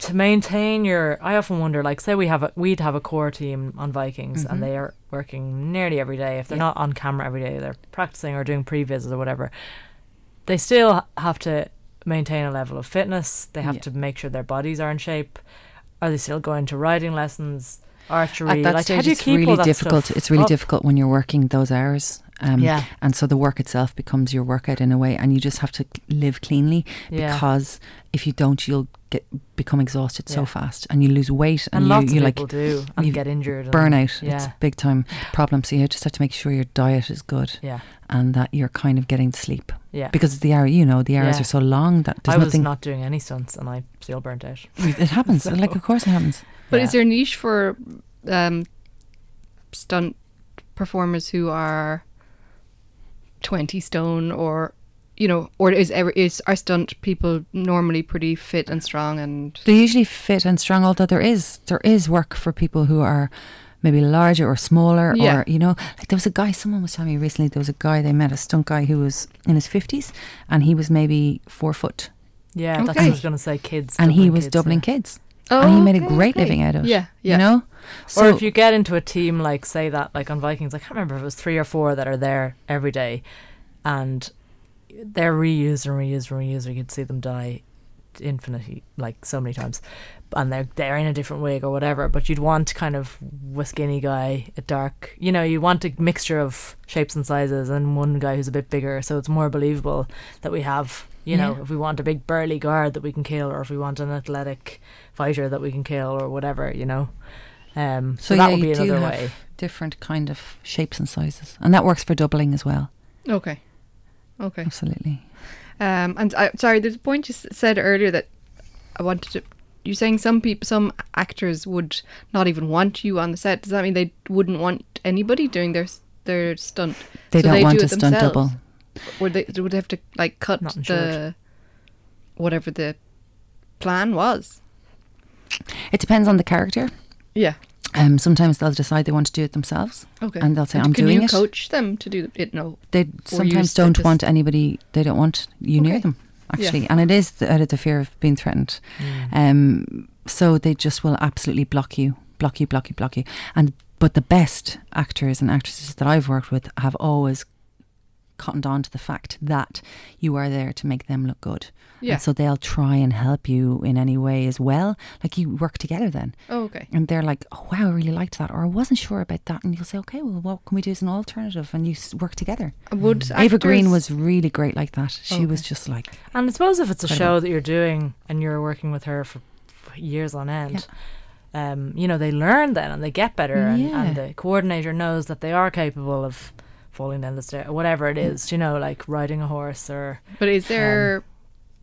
to maintain your, I often wonder. Like, say we have a, we'd have a core team on Vikings,
Mm-hmm.
and they are working nearly every day. If they're not on camera every day, they're practicing or doing previs or whatever. They still ha- have to maintain a level of fitness. They have
Yeah.
to make sure their bodies are in shape. Are they still going to riding lessons, archery?
At that
like,
stage,
how do you
it's
keep all
really
that
difficult.
stuff
It's really
up?
difficult when you're working those hours. Um,
Yeah.
And so the work itself becomes your workout in a way, and you just have to live cleanly
Yeah.
because if you don't, you'll get become exhausted so
Yeah.
fast, and you lose weight,
and
you,
lots
you
of
like
people do and
you
get injured and-
burnout. It's
yeah
a big time problem. So you just have to make sure your diet is good
yeah
and that you're kind of getting sleep
yeah
because the hour, you know, the hours
Yeah.
are so long that there's
I was
nothing.
not doing any stunts and I still burnt out
it
(laughs)
happens.
So-
Like of course it happens.
But
Yeah.
is there a niche for um, stunt performers who are twenty stone, or you know, or is ever is are stunt people normally pretty fit and strong and
They're usually fit and strong, although there is there is work for people who are maybe larger or smaller
Yeah.
or you know like there was a guy someone was telling me recently there was a guy they met a stunt guy who was in his 50s and he was maybe four foot
yeah that's what I
Okay.
was going to say kids
and he
doubling
was
kids,
doubling
yeah.
kids and he made a great living out of it
Yeah, yeah.
you know
or if you get into a team like say that like on Vikings I can't remember if it was three or four that are there every day and they're reused and reused and reused or you'd see them die infinity like so many times and they're they're in a different wig or whatever but you'd want kind of a skinny guy a dark you know you want a mixture of shapes and sizes and one guy who's a bit bigger so it's more believable that we have you know
Yeah.
if we want a big burly guard that we can kill or if we want an athletic fighter that we can kill or whatever you know um so, that
yeah,
would be
you do
another
have
way
different kind of shapes and sizes and that works for doubling as well
Okay, okay.
absolutely
Um, and I, sorry, there's a point you s- said earlier that I wanted to. You're saying some people, some actors would not even want you on the set. Does that mean they wouldn't want anybody doing their s- their stunt?
they
So
don't
they
want
do
to
it
stunt
themselves.
double
would they would they have to like cut
Not
the
insured.
whatever the plan was
it depends on the character
yeah
um, sometimes they'll decide they want to do it themselves
okay
and they'll say i'm
can
doing
you
it
coach them to do it no
they sometimes
use the
don't
dis-
want anybody they don't want you near
Okay.
them actually and it is the, out of the fear of being threatened
Mm.
um, so they just will absolutely block you block you block you block you and but the best actors and actresses that i've worked with have always cottoned on to the fact that you are there to make them look good
yeah
and so they'll try and help you in any way as well like you work together then
oh, okay
and they're like, "Oh wow, I really liked that," or "I wasn't sure about that," and you'll say, "Okay, well, what can we do as an alternative?" And you s- work together.
would
Ava Green
actors-
was really great like that. She was
Okay.
just like,
And I suppose if it's a
Quite a
show that you're doing and you're working with her for f- years on end, um, you know, they learn then and they get better, and, and
Yeah.
the coordinator knows that they are capable of falling down the stairs, whatever it is, you know, like riding a horse or.
but is there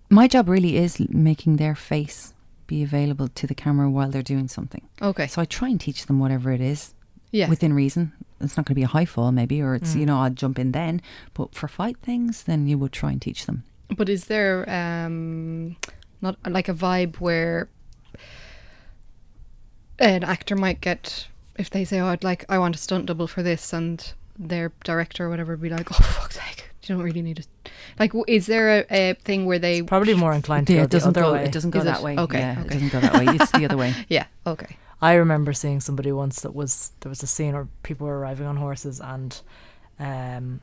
"My job really is l- making their face be available to the camera while they're doing something."
okay
So I try and teach them whatever it is
yeah
within reason. It's not going to be a high fall, maybe, or it's you know I'd jump in then. But for fight things, then you would try and teach them.
but is there um not like a vibe where an actor might get if they say oh i'd like i want a stunt double for this and their director or whatever would be like oh for fuck's sake You don't really need it. Like, w- is there a, a thing where they?
Probably more inclined to
Yeah,
go
it doesn't
the other
go.
way.
It doesn't go
Is it?
that way.
Okay,
Yeah,
okay.
it doesn't go that way. It's the other way.
Yeah. Okay.
I remember seeing somebody once that was there was a scene where people were arriving on horses and um,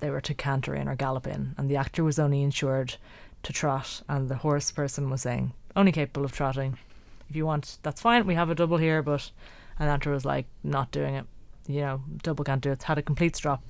they were to canter in or gallop in, and the actor was only insured to trot, and the horse person was saying only capable of trotting. If you want, that's fine. We have a double here, but and the actor was like not doing it. You know, double can't do it. Had a complete strop.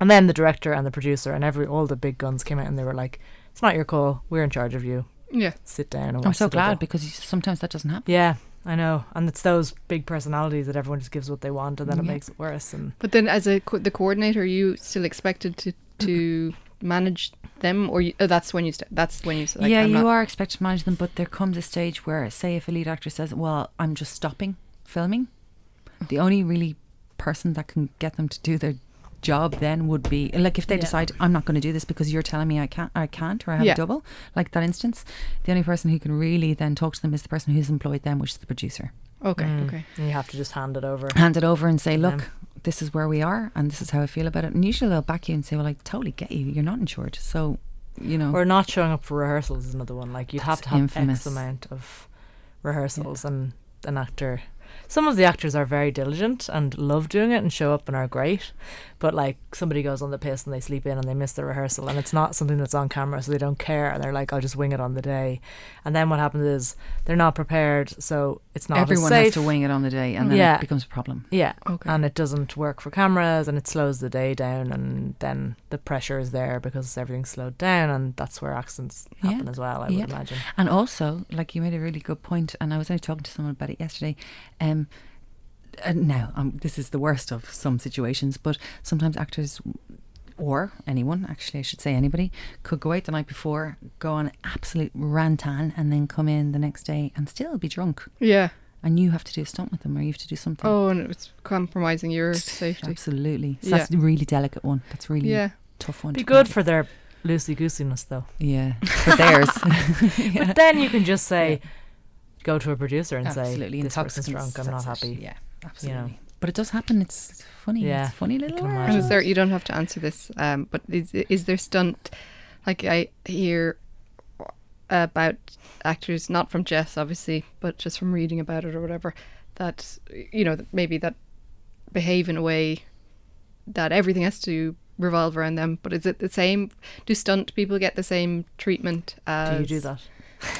And then the director and the producer and every all the big guns came out and they were like, "It's not your call. We're in charge of you.
Yeah.
Sit down." And
I'm
watch
so
the double."
glad because you- sometimes that doesn't happen.
Yeah, I know, and it's those big personalities that everyone just gives what they want, and then it
Yeah.
makes it worse. And
But then, as a co- the coordinator, are you still expected to to (clears throat) manage them, or you, oh, that's when you st- that's when you s- like,
yeah,
I'm
you
not-
are expected to manage them, but there comes a stage where, say, if a lead actor says, "Well, I'm just stopping filming," the only really person that can get them to do their job then would be like if they
Yeah.
decide I'm not going to do this because you're telling me I can't, I can't, or I have
Yeah.
a double. Like that instance, the only person who can really then talk to them is the person who's employed them, which is the producer.
Okay.
Mm,
Okay.
and you have to just hand it over.
Hand it over and say,
Yeah.
"Look, this is where we are, and this is how I feel about it." And usually they'll back you and say, "Well, I totally get you. You're not insured, so." You know,
Or not showing up for rehearsals is another one. Like you'd have
Oh. That's
to have
infamous.
X amount of rehearsals, and an actor. Some of the actors are very diligent and love doing it and show up and are great, but like somebody goes on the piss and they sleep in and they miss the rehearsal and it's not something that's on camera, so they don't care and they're like, "I'll just wing it on the day," and then what happens is they're not prepared, so it's not as
everyone
safe.
has to wing it on the day, and then
Yeah.
it becomes a problem.
Yeah.
Okay.
And it doesn't work for cameras and it slows the day down and then the pressure is there because everything's slowed down and that's where accidents happen
Yeah.
as well, I
Yeah.
would imagine.
And also, like you made a really good point, and I was only talking to someone about it yesterday. Um, and now, um, this is the worst of some situations, but sometimes actors or anyone, actually, I should say anybody, could go out the night before, go on an absolute rantan, and then come in the next day and still be drunk.
Yeah.
And you have to do a stunt with them, or you have to do something.
Oh, and it's compromising your safety.
absolutely. So
Yeah.
that's a really delicate one. That's a really
Yeah.
tough one.
Be
to
good
manage.
for their loosey goosiness though.
yeah, for theirs.
(laughs)
(laughs)
(laughs)
But then you can just say go to a producer and
absolutely
say this person's
intoxicants,
drunk, I'm not
that's it.
happy.
Yeah, absolutely. But it does happen. It's it's funny.
Yeah,
It's a funny little
can
world.
And is there? You don't have to answer this, um, but is is there stunt? Like I hear about actors, not from Jess obviously, but just from reading about it or whatever, that you know that maybe that behave in a way that everything has to revolve around them. But is it the same? Do stunt people get the same treatment as
Do you do that?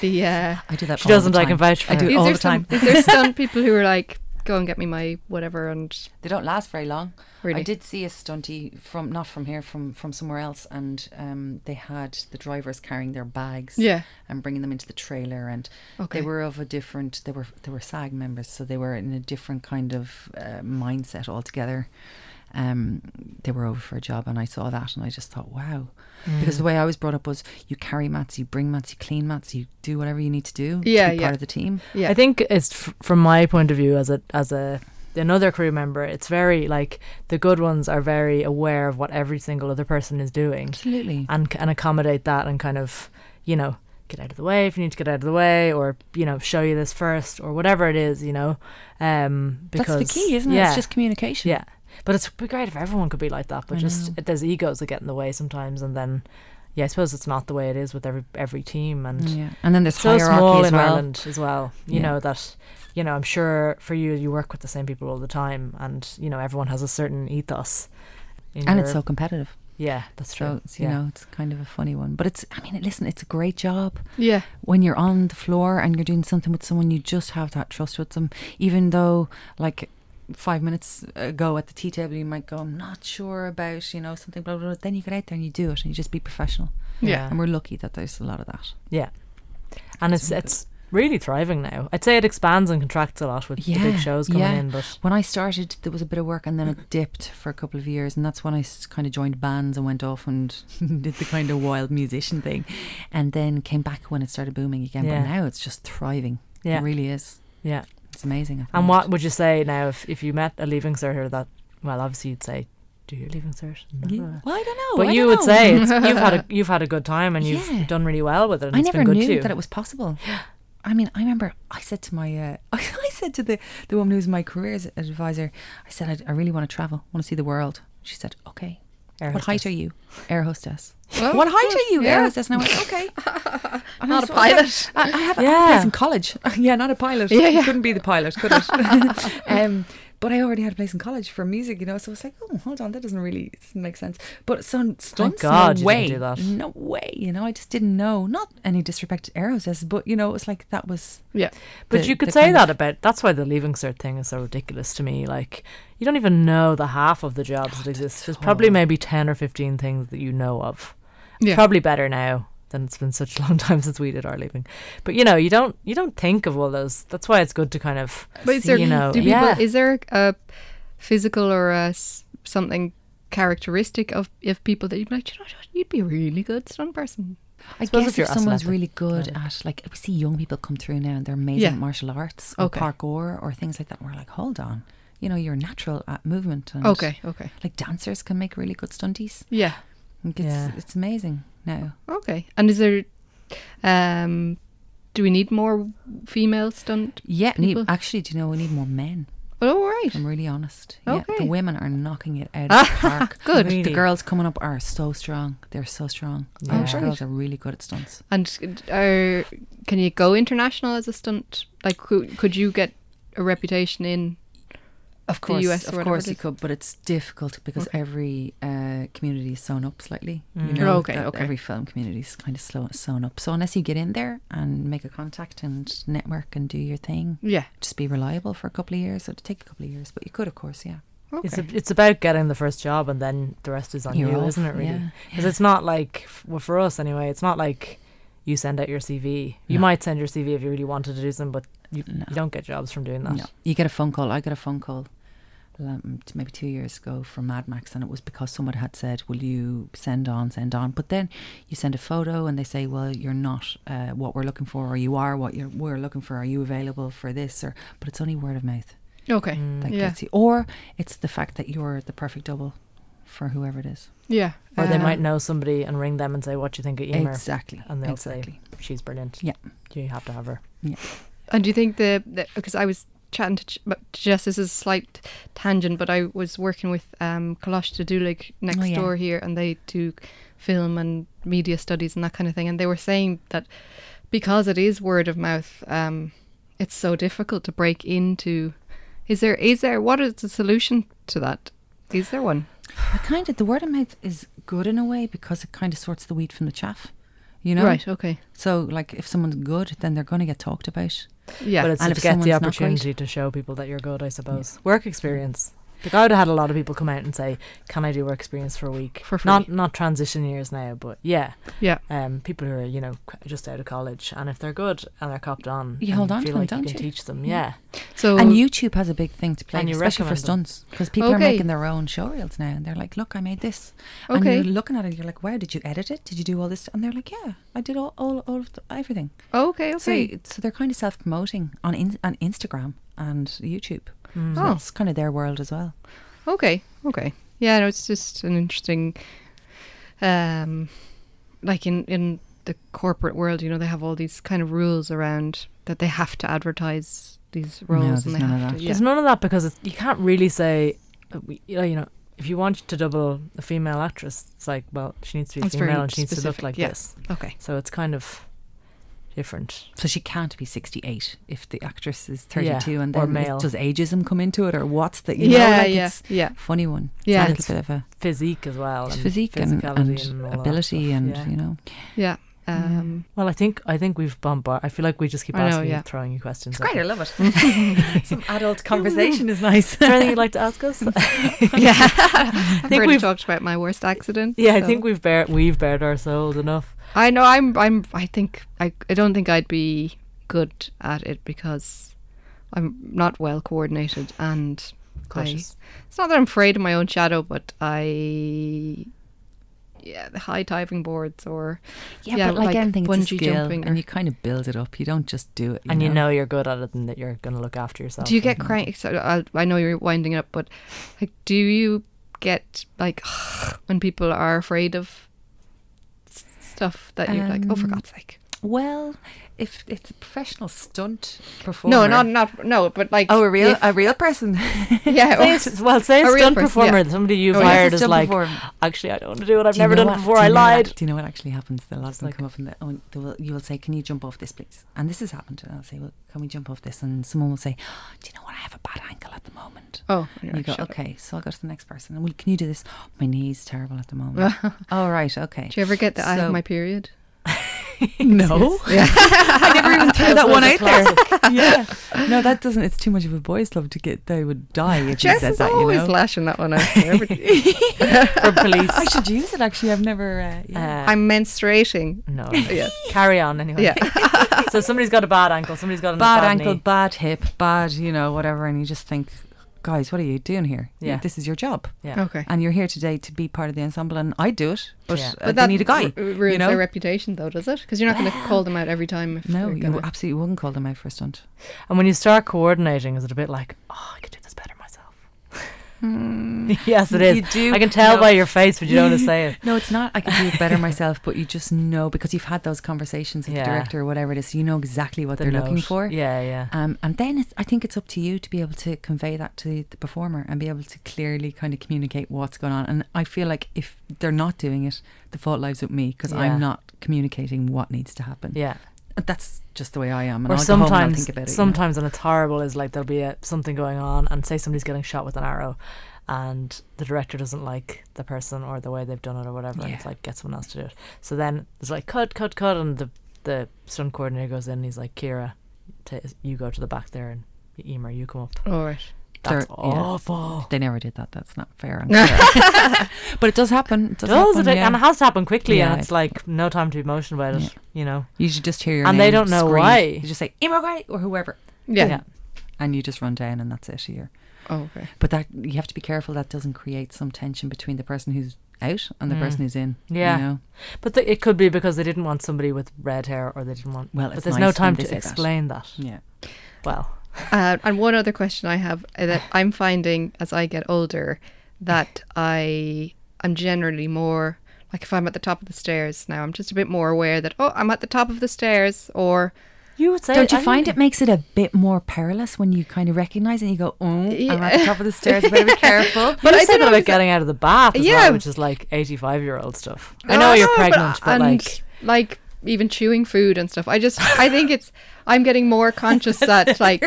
the? Uh,
I do that.
She
all the
doesn't, I can
time.
vouch for
I (laughs) do
her.
it
is
all
there
the
some-
time.
is
(laughs)
there stunt people who are like, go and get me my whatever and
They don't last very long.
really?
I did see a stunty from not from here, from from somewhere else, and um, they had the drivers carrying their bags
Yeah.
and bringing them into the trailer, and
Okay.
they were of a different. They were they were SAG members, so they were in a different kind of uh, mindset altogether. Um, they were over for a job, and I saw that, and I just thought, wow,
Mm.
because the way I was brought up was you carry mats, you bring mats, you clean mats, you do whatever you need to do.
Yeah,
to be
yeah.
part of the team.
Yeah.
I think it's f- from my point of view as a as a another crew member. It's very like the good ones are very aware of what every single other person is doing.
Absolutely.
and and accommodate that and kind of you know get out of the way if you need to get out of the way or you know show you this first or whatever it is you know um because
That's the key, isn't it?
yeah,
It's just communication.
yeah but it's be great if everyone could be like that but
I
just
know.
it, there's egos that get in the way sometimes and then yeah i suppose it's not the way it is with every every team and
Yeah. And then there's
so
hierarchy
small
as
in
well.
Ireland as well. You
Yeah.
know that, you know, I'm sure for you, you work with the same people all the time, and you know everyone has a certain ethos. in
And it's
your-
so competitive.
yeah, that's true.
So it's, you
yeah.
know, it's kind of a funny one. But it's I mean, listen, it's a great job.
yeah.
when you're on the floor and you're doing something with someone, you just have that trust with them, even though like five minutes ago at the tea table you might go, I'm not sure about, you know, something, blah, blah, blah. Then you get out there and you do it and you just be professional.
Yeah.
And we're lucky that there's a lot of that.
and it's
It's really good.
it's really thriving now. I'd say it expands and contracts a lot with the
Yeah,
big shows coming
yeah.
in, but
When I started, there was a bit of work and then it dipped for a couple of years. And that's when I kind of joined bands and went off and (laughs) did the kind of wild musician thing. And then came back when it started booming again.
Yeah.
But now it's just thriving.
yeah,
It really is.
yeah.
It's amazing. I
And
find.
what would you say now if if you met a leaving cert or that? Well, obviously you'd say, "Do your leaving cert,"
Yeah. Well, I don't know.
but
Oh, I
you
don't
would
know.
say it's, you've had
(laughs)
a you've had a good time and you've
Yeah.
done really well with it. And
I
it's
never
been good
knew
to you.
that it was possible. (gasps) I mean, I remember I said to my, uh, (laughs) I said to the, the woman who was my careers advisor, I said, I, I really want to travel, want to see the world. She said, okay.
Air
what height
hostess.
are
Oh,
you? Air hostess.
Well,
what height are you? Air
yeah.
hostess. And I went,
(laughs)
okay. And I
Not
was,
a
"Okay."
(laughs) pilot.
I, I have
Yeah.
yeah. a place in college. (laughs) yeah, not a pilot.
Yeah, yeah.
Couldn't be the pilot, could
(laughs)
it? um, but I already had a place in college for music, you know. So I was like, oh, hold on, that doesn't really make sense. But so stunts,
God,
no
you didn't
way,
do that.
no way. You know, I just didn't know. Not any disrespect to air hostess, but you know, it was like that was.
Yeah.
But
the-
you could
the
say
kind of-
that about. That's why the leaving cert thing is so ridiculous to me. Like, you don't even know the half of the jobs that exist. There's probably maybe ten or fifteen things that you know of.
Yeah.
Probably better now than it's been such a long (laughs) time since we did our leaving. But you know, you don't you don't think of all those. That's why it's good to kind of.
But is there,
you know,
do people,
yeah.
is there a physical or a s- something characteristic of, of people that you'd be like, "Do you know, what? you'd be a really good stunt person?
I
Suppose if
guess if,
you're
someone's
athletic,
really good at, like, we see young people come through now and they're amazing
Yeah.
at martial arts or
Okay.
parkour or things like that. And we're like, hold on, you know, you're natural at movement. And
Okay, okay.
Like dancers can make really good stunties.
Yeah.
Like, It's,
Yeah.
it's amazing now.
Okay. And is there, um, do we need more female stunt?
Yeah, need,
People-
actually, do you know we need more men?
Oh, all right.
I'm really honest. Yeah,
Okay.
the women are knocking it out (laughs) of the park.
Good.
The
Really?
girls coming up are so strong. They're so strong. The
Oh,
Irish
great.
girls are really good at stunts.
And are, can you go international as a stunt? Like, could, could you get a reputation in?
Of
the
course,
US or
of
whatever
course
it
you
is.
could, but it's difficult because every uh, community is sewn up slightly. You
Mm.
know,
Oh, okay,
that
okay.
Every film community is kind of slow, sewn up. So unless you get in there and make a contact and network and do your thing,
Yeah.
just be reliable for a couple of years. It'd take a couple of years, but you could, of course, yeah.
Okay.
It's, a, it's about getting the first job and then the rest is on
You're
you,
off,
isn't it,
yeah,
really? Because
yeah.
it's not like, f- well, for us anyway, it's not like you send out your CV. You
No.
might send your CV if you really wanted to do something, but you,
No.
you don't get jobs from doing that.
No. You get a phone call. I got a phone call um, t- maybe two years ago from Mad Max, and it was because someone had said, Will you send on, send on? But then you send a photo, and they say, Well, you're not uh, what we're looking for, or you are what you're, we're looking for. Are you available for this? Or But it's only word of mouth
Okay.
Mm.
that
Yeah.
gets you. Or it's the fact that you're the perfect double for whoever it is.
Yeah.
Or they
Um,
might know somebody and ring them and say, what do you think of Emer?
Exactly.
And they'll say-
exactly.
She's brilliant.
Yeah.
You have to have her.
And do you think the because I was chatting to, J- but to Jess, this is a slight tangent, but I was working with um, Kalash Tadulik next
Oh, yeah.
door here, and they do film and media studies and that kind of thing, and they were saying that because it is word of mouth, um, it's so difficult to break into. Is there is there what is the solution to that? Is there one?
But kind of, the word of mouth is good in a way because it kind of sorts the wheat from the chaff. You know,
Right. Okay.
So, like, if someone's good, then they're going to get talked about.
Yeah.
But it's to
And if
get
someone's
the
not great-
opportunity to show people that you're good, I suppose. Work experience. Like I would have had a lot of people come out and say, "Can I do work experience for a week?"
For free.
not not transition years now, but yeah,
yeah.
um, people who are you know c- just out of college, and if they're good and they're copped on,
You
and
hold on to
feel
them,
like
don't
you can
you?
teach them.
Mm.
Yeah,
So
And YouTube has a big thing to play,
And you
especially for
recommend them.
stunts, because people are
Okay.
making their own showreels now, and they're like, "Look, I made this."
Okay.
And you're looking at it, you're like, "Where did you edit it? Did you do all this?" And they're like, "Yeah, I did all, all, all of the, everything."
okay.
So,
Okay.
so they're kind of self-promoting on in, on Instagram and YouTube.
Mm.
So
Oh.
that's kind of their world as well.
Okay, okay. Yeah, no, it's just an interesting um like in in the corporate world, you know, they have all these kind of rules around that they have to advertise these roles
there's
and they
none of
have
that.
to Oh, yeah.
there's none of that because it's, you can't really say, uh, we- you know, you know, if you want to double a female actress, it's like, well, she needs to be
It's very
female and she needs to
specific,
look like
yeah.
this.
Okay.
So it's kind of different.
So she can't be 68 if the actress is 32,
Yeah,
and
or
then it-
male.
does ageism come into it, or what's the you know,
yeah,
like
yeah,
it's
yeah.
funny one.
Yeah.
it's like a bit of a
Physique as well, and
physique and, and,
physicality all that
ability
stuff,
and
yeah.
you know
Yeah.
(laughs)
Um (laughs)
Well, I think I think we've bombarded. I feel like we just keep
I know,
asking, you
yeah.
throwing you questions.
i (laughs) love it some adult conversation is nice
Is there anything you'd like to ask us? (laughs)
yeah. I
think
think
we've-
we've talked about my worst accident.
yeah, I
so-
think we've bared we've bared our souls enough.
I know I'm I'm I think I I don't think I'd be good at it because I'm not well coordinated and I,
Cautious.
It's not that I'm afraid of my own shadow, but I, yeah, the high diving boards or
yeah,
Yeah,
but like,
like
anything it's a
bungee
skill
jumping or-
and you kind of build it up you don't just do it you
and
know?
you know you're good at it, and that you're going to look after yourself.
do you
(laughs)
get cranky? So I'll, I know you're winding up, but like, do you get like (sighs) when people are afraid of s- stuff that you're like, oh, for
Um,
God's sake?
well
if it's a professional stunt performer.
No, not not no, but like
Oh, a real
if-
a real person.
(laughs)
(laughs)
yeah.
Say
well,
it's- (laughs) well, say a
A real
stunt
person,
performer, somebody you've
Oh, yeah, it's a
hired is
stunt
like,
performer.
actually, I don't want to do it. I've
Do you
never
know
done
what-
it before.
do you
I
know what
lied.
ac- do you know what actually happens? They'll often
like-
come up and they, oh, they will, you will say, "Can you jump off this, please?" And this has happened. And I'll say, "Well, can we jump off this?" And someone will say, "Do you know what? I have a bad ankle at the moment."
oh,
And you go,
shut up.
"Okay, so I'll go to the next person." And well, can you do this? "Oh, My knee's terrible at the
(laughs)
moment. All right, okay.
(laughs) Do you ever get that I
So-
have my period?
(laughs) No, I never
(laughs)
even threw that one out there. yeah, no, that doesn't. It's too much of a boys' club to get. They would die if you
Jess
said
is
that. You
always
know,
lashing that one out. there.
From police.
(laughs) I should use it. Actually, I've never. Uh, yeah.
Uh,
(laughs) I'm menstruating. (laughs)
no.
Yeah.
Carry on anyway.
Yeah.
so somebody's got a bad ankle. Somebody's got a
bad,
bad,
ankle,
knee.
bad hip, bad, you know, whatever. And you just think, guys, what are you doing here?
Yeah.
This is your job.
Yeah.
Okay.
And you're here today to be part of the ensemble, and I do it, but,
Yeah.
uh, they need a guy.
ru- ruins
you know?
their reputation, though, does it? Because you're not going to call them out every time. If
no,
they're
you
gonna-
absolutely wouldn't call them out for a stunt.
And when you start coordinating, is it a bit like, oh, I could do this better myself? (laughs) yes, it is.
Mm. You do-
I can tell
no.
by your face, but you don't want
(laughs)
to say it.
No, it's not. I could do
(laughs)
it better myself, but you just know because you've had those conversations with
Yeah.
the director or whatever it is. So you know exactly what
The
they're
note.
looking for.
Yeah, yeah.
Um, and then it's, I think it's up to you to be able to convey that to the performer and be able to clearly kind of communicate what's going on. And I feel like if they're not doing it, the fault lies with me because
Yeah.
I'm not communicating what needs to happen.
yeah.
That's just the way I am. And
or
I'll Um, go home and I'll
sometimes,
think about it. you know.
sometimes, and it's horrible. Is like there'll be a, something going on, and say somebody's getting shot with an arrow, and the director doesn't like the person or the way they've done it or whatever, and it's
Yeah.
like get someone else to do it. So then it's like cut, cut, cut, and the the stunt coordinator goes in. and He's like, Kira, t- you go to the back there, and Emer, you come up.
All Oh, right.
That's
They're- yeah.
awful.
They never did that. That's not fair.
(laughs)
I'm sorry. (laughs) but it does happen. It does,
Does
happen,
it?
yeah.
And it has to happen quickly,
Yeah,
and it's
it-
like no time to be emotional about it. You know,
You should just hear your
And they
name
don't know
screamed.
why.
You just say immigrant or whoever,
Yeah.
Yeah.
and you just run down, and that's it. You're
Oh, okay.
But that you have to be careful that doesn't create some tension between the person who's out and the
Mm.
person who's in.
Yeah.
You know?
but th- it could be because they didn't want somebody with red hair, or they didn't want.
Well,
but
it's
there's
nice
no
when
time
they
to
say that.
explain that.
Yeah.
Well,
Uh, and one other question I have uh, that I'm finding as I get older that I am generally more like if I'm at the top of the stairs now, I'm just a bit more aware that oh, I'm at the top of the stairs, or
you would say.
Don't you
I-
find it makes it a bit more perilous when you kind of recognize it and you go, oh, I'm at the top of the stairs, I better
(laughs)
be careful.
But
But
you
I
said
don't
that
know,
about
is that-
getting out of the bath, as
Yeah.
well, which is like eighty-five-year-old stuff. I know you're
but-
pregnant, but,
and,
like,
like even chewing food and stuff. I just I think it's I'm getting more
(laughs)
conscious that like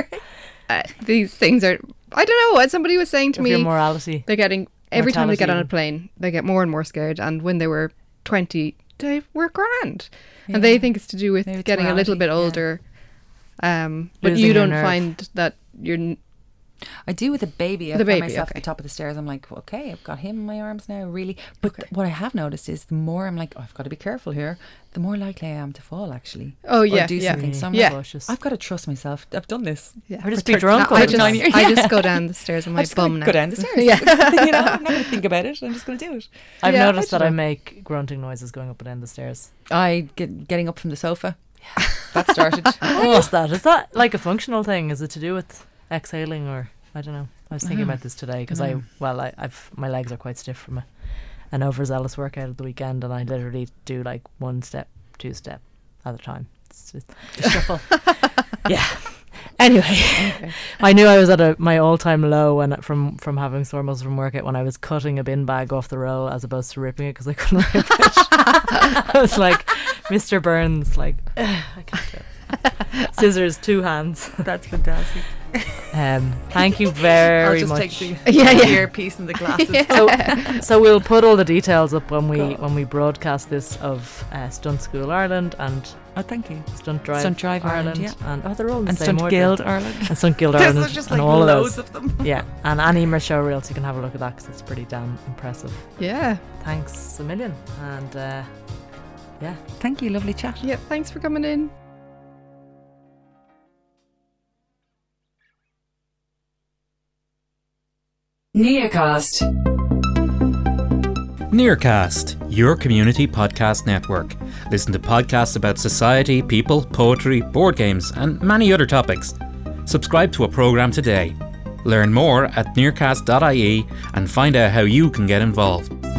uh, these things are I don't know. what Somebody was saying to
of
me
your morality.
They're getting every time they get on a
Mortality.
plane, they get more and more scared. And when they were twenty, they were grand, and they think it's to do with
Maybe it's
getting a little bit
morality,
older. Um, but
Losing
you
your
don't
nerve.
find that you're. N-
I do with a baby. I
The
the
baby,
myself
okay.
at the top of the stairs. I'm like, okay, I've got him in my arms now, really. But th- what I have noticed is the more I'm like, oh, I've got to be careful here, the more likely I am to fall, actually.
Oh, yeah,
Or do
Mm.
yeah.
something. So I'm
Yeah.
like,
Cautious.
I've got to trust myself. I've done this.
yeah.
Or just be drunk all
I
the
just,
time. (laughs)
I just go down the stairs on my
I'm just
bum
gonna
now.
go down the (laughs) stairs.
Yeah.
you know, I'm not going to think about it. I'm just going to do it. (laughs)
I've
Yeah, I
noticed that I
dunno.
make grunting noises going up and down the stairs.
I get getting up from the sofa. (laughs) That started.
What is that? Is that like a functional thing? Is it to do with exhaling, or I don't know? I was thinking about this today because I, well, I, I've my legs are quite stiff from a, an overzealous workout at the weekend, and I literally do like one step, two step at a time. It's just
(laughs)
shuffle.
yeah. Anyway, I knew I was at a, my all-time low when from from having sore muscles from workout when I was cutting a bin bag off the roll as opposed to ripping it because I couldn't rip it. (laughs) I was like, Mr. Burns,
(sighs)
like "Ugh, I can't do it. (laughs) Scissors, two hands.
(laughs) That's fantastic.
Um, thank you very
I'll just
much.
take the
Yeah, yeah.
earpiece and
(laughs)
the glasses. (laughs)
so, so we'll put all the details up when we when we broadcast this of uh, Stunt School Ireland and
Oh, thank you.
Stunt Drive,
Stunt Drive
Ireland,
Ireland,
and oh, they're all in the
And
same
Stunt
order.
Guild Ireland.
and Stunt Guild
(laughs) There's
Ireland
just
and
like
all of those.
loads of them.
yeah, and Annie Mershaw Reels, you can have a look at that because it's pretty damn impressive.
yeah.
Thanks a million, and uh, yeah,
Thank you. Lovely chat.
Yeah. Thanks for coming in.
Neocast.
Nearcast, your community podcast network. Listen to podcasts about society, people, poetry, board games, and many other topics. Subscribe to a program E today. Learn more at nearcast.ie and find out how you can get involved.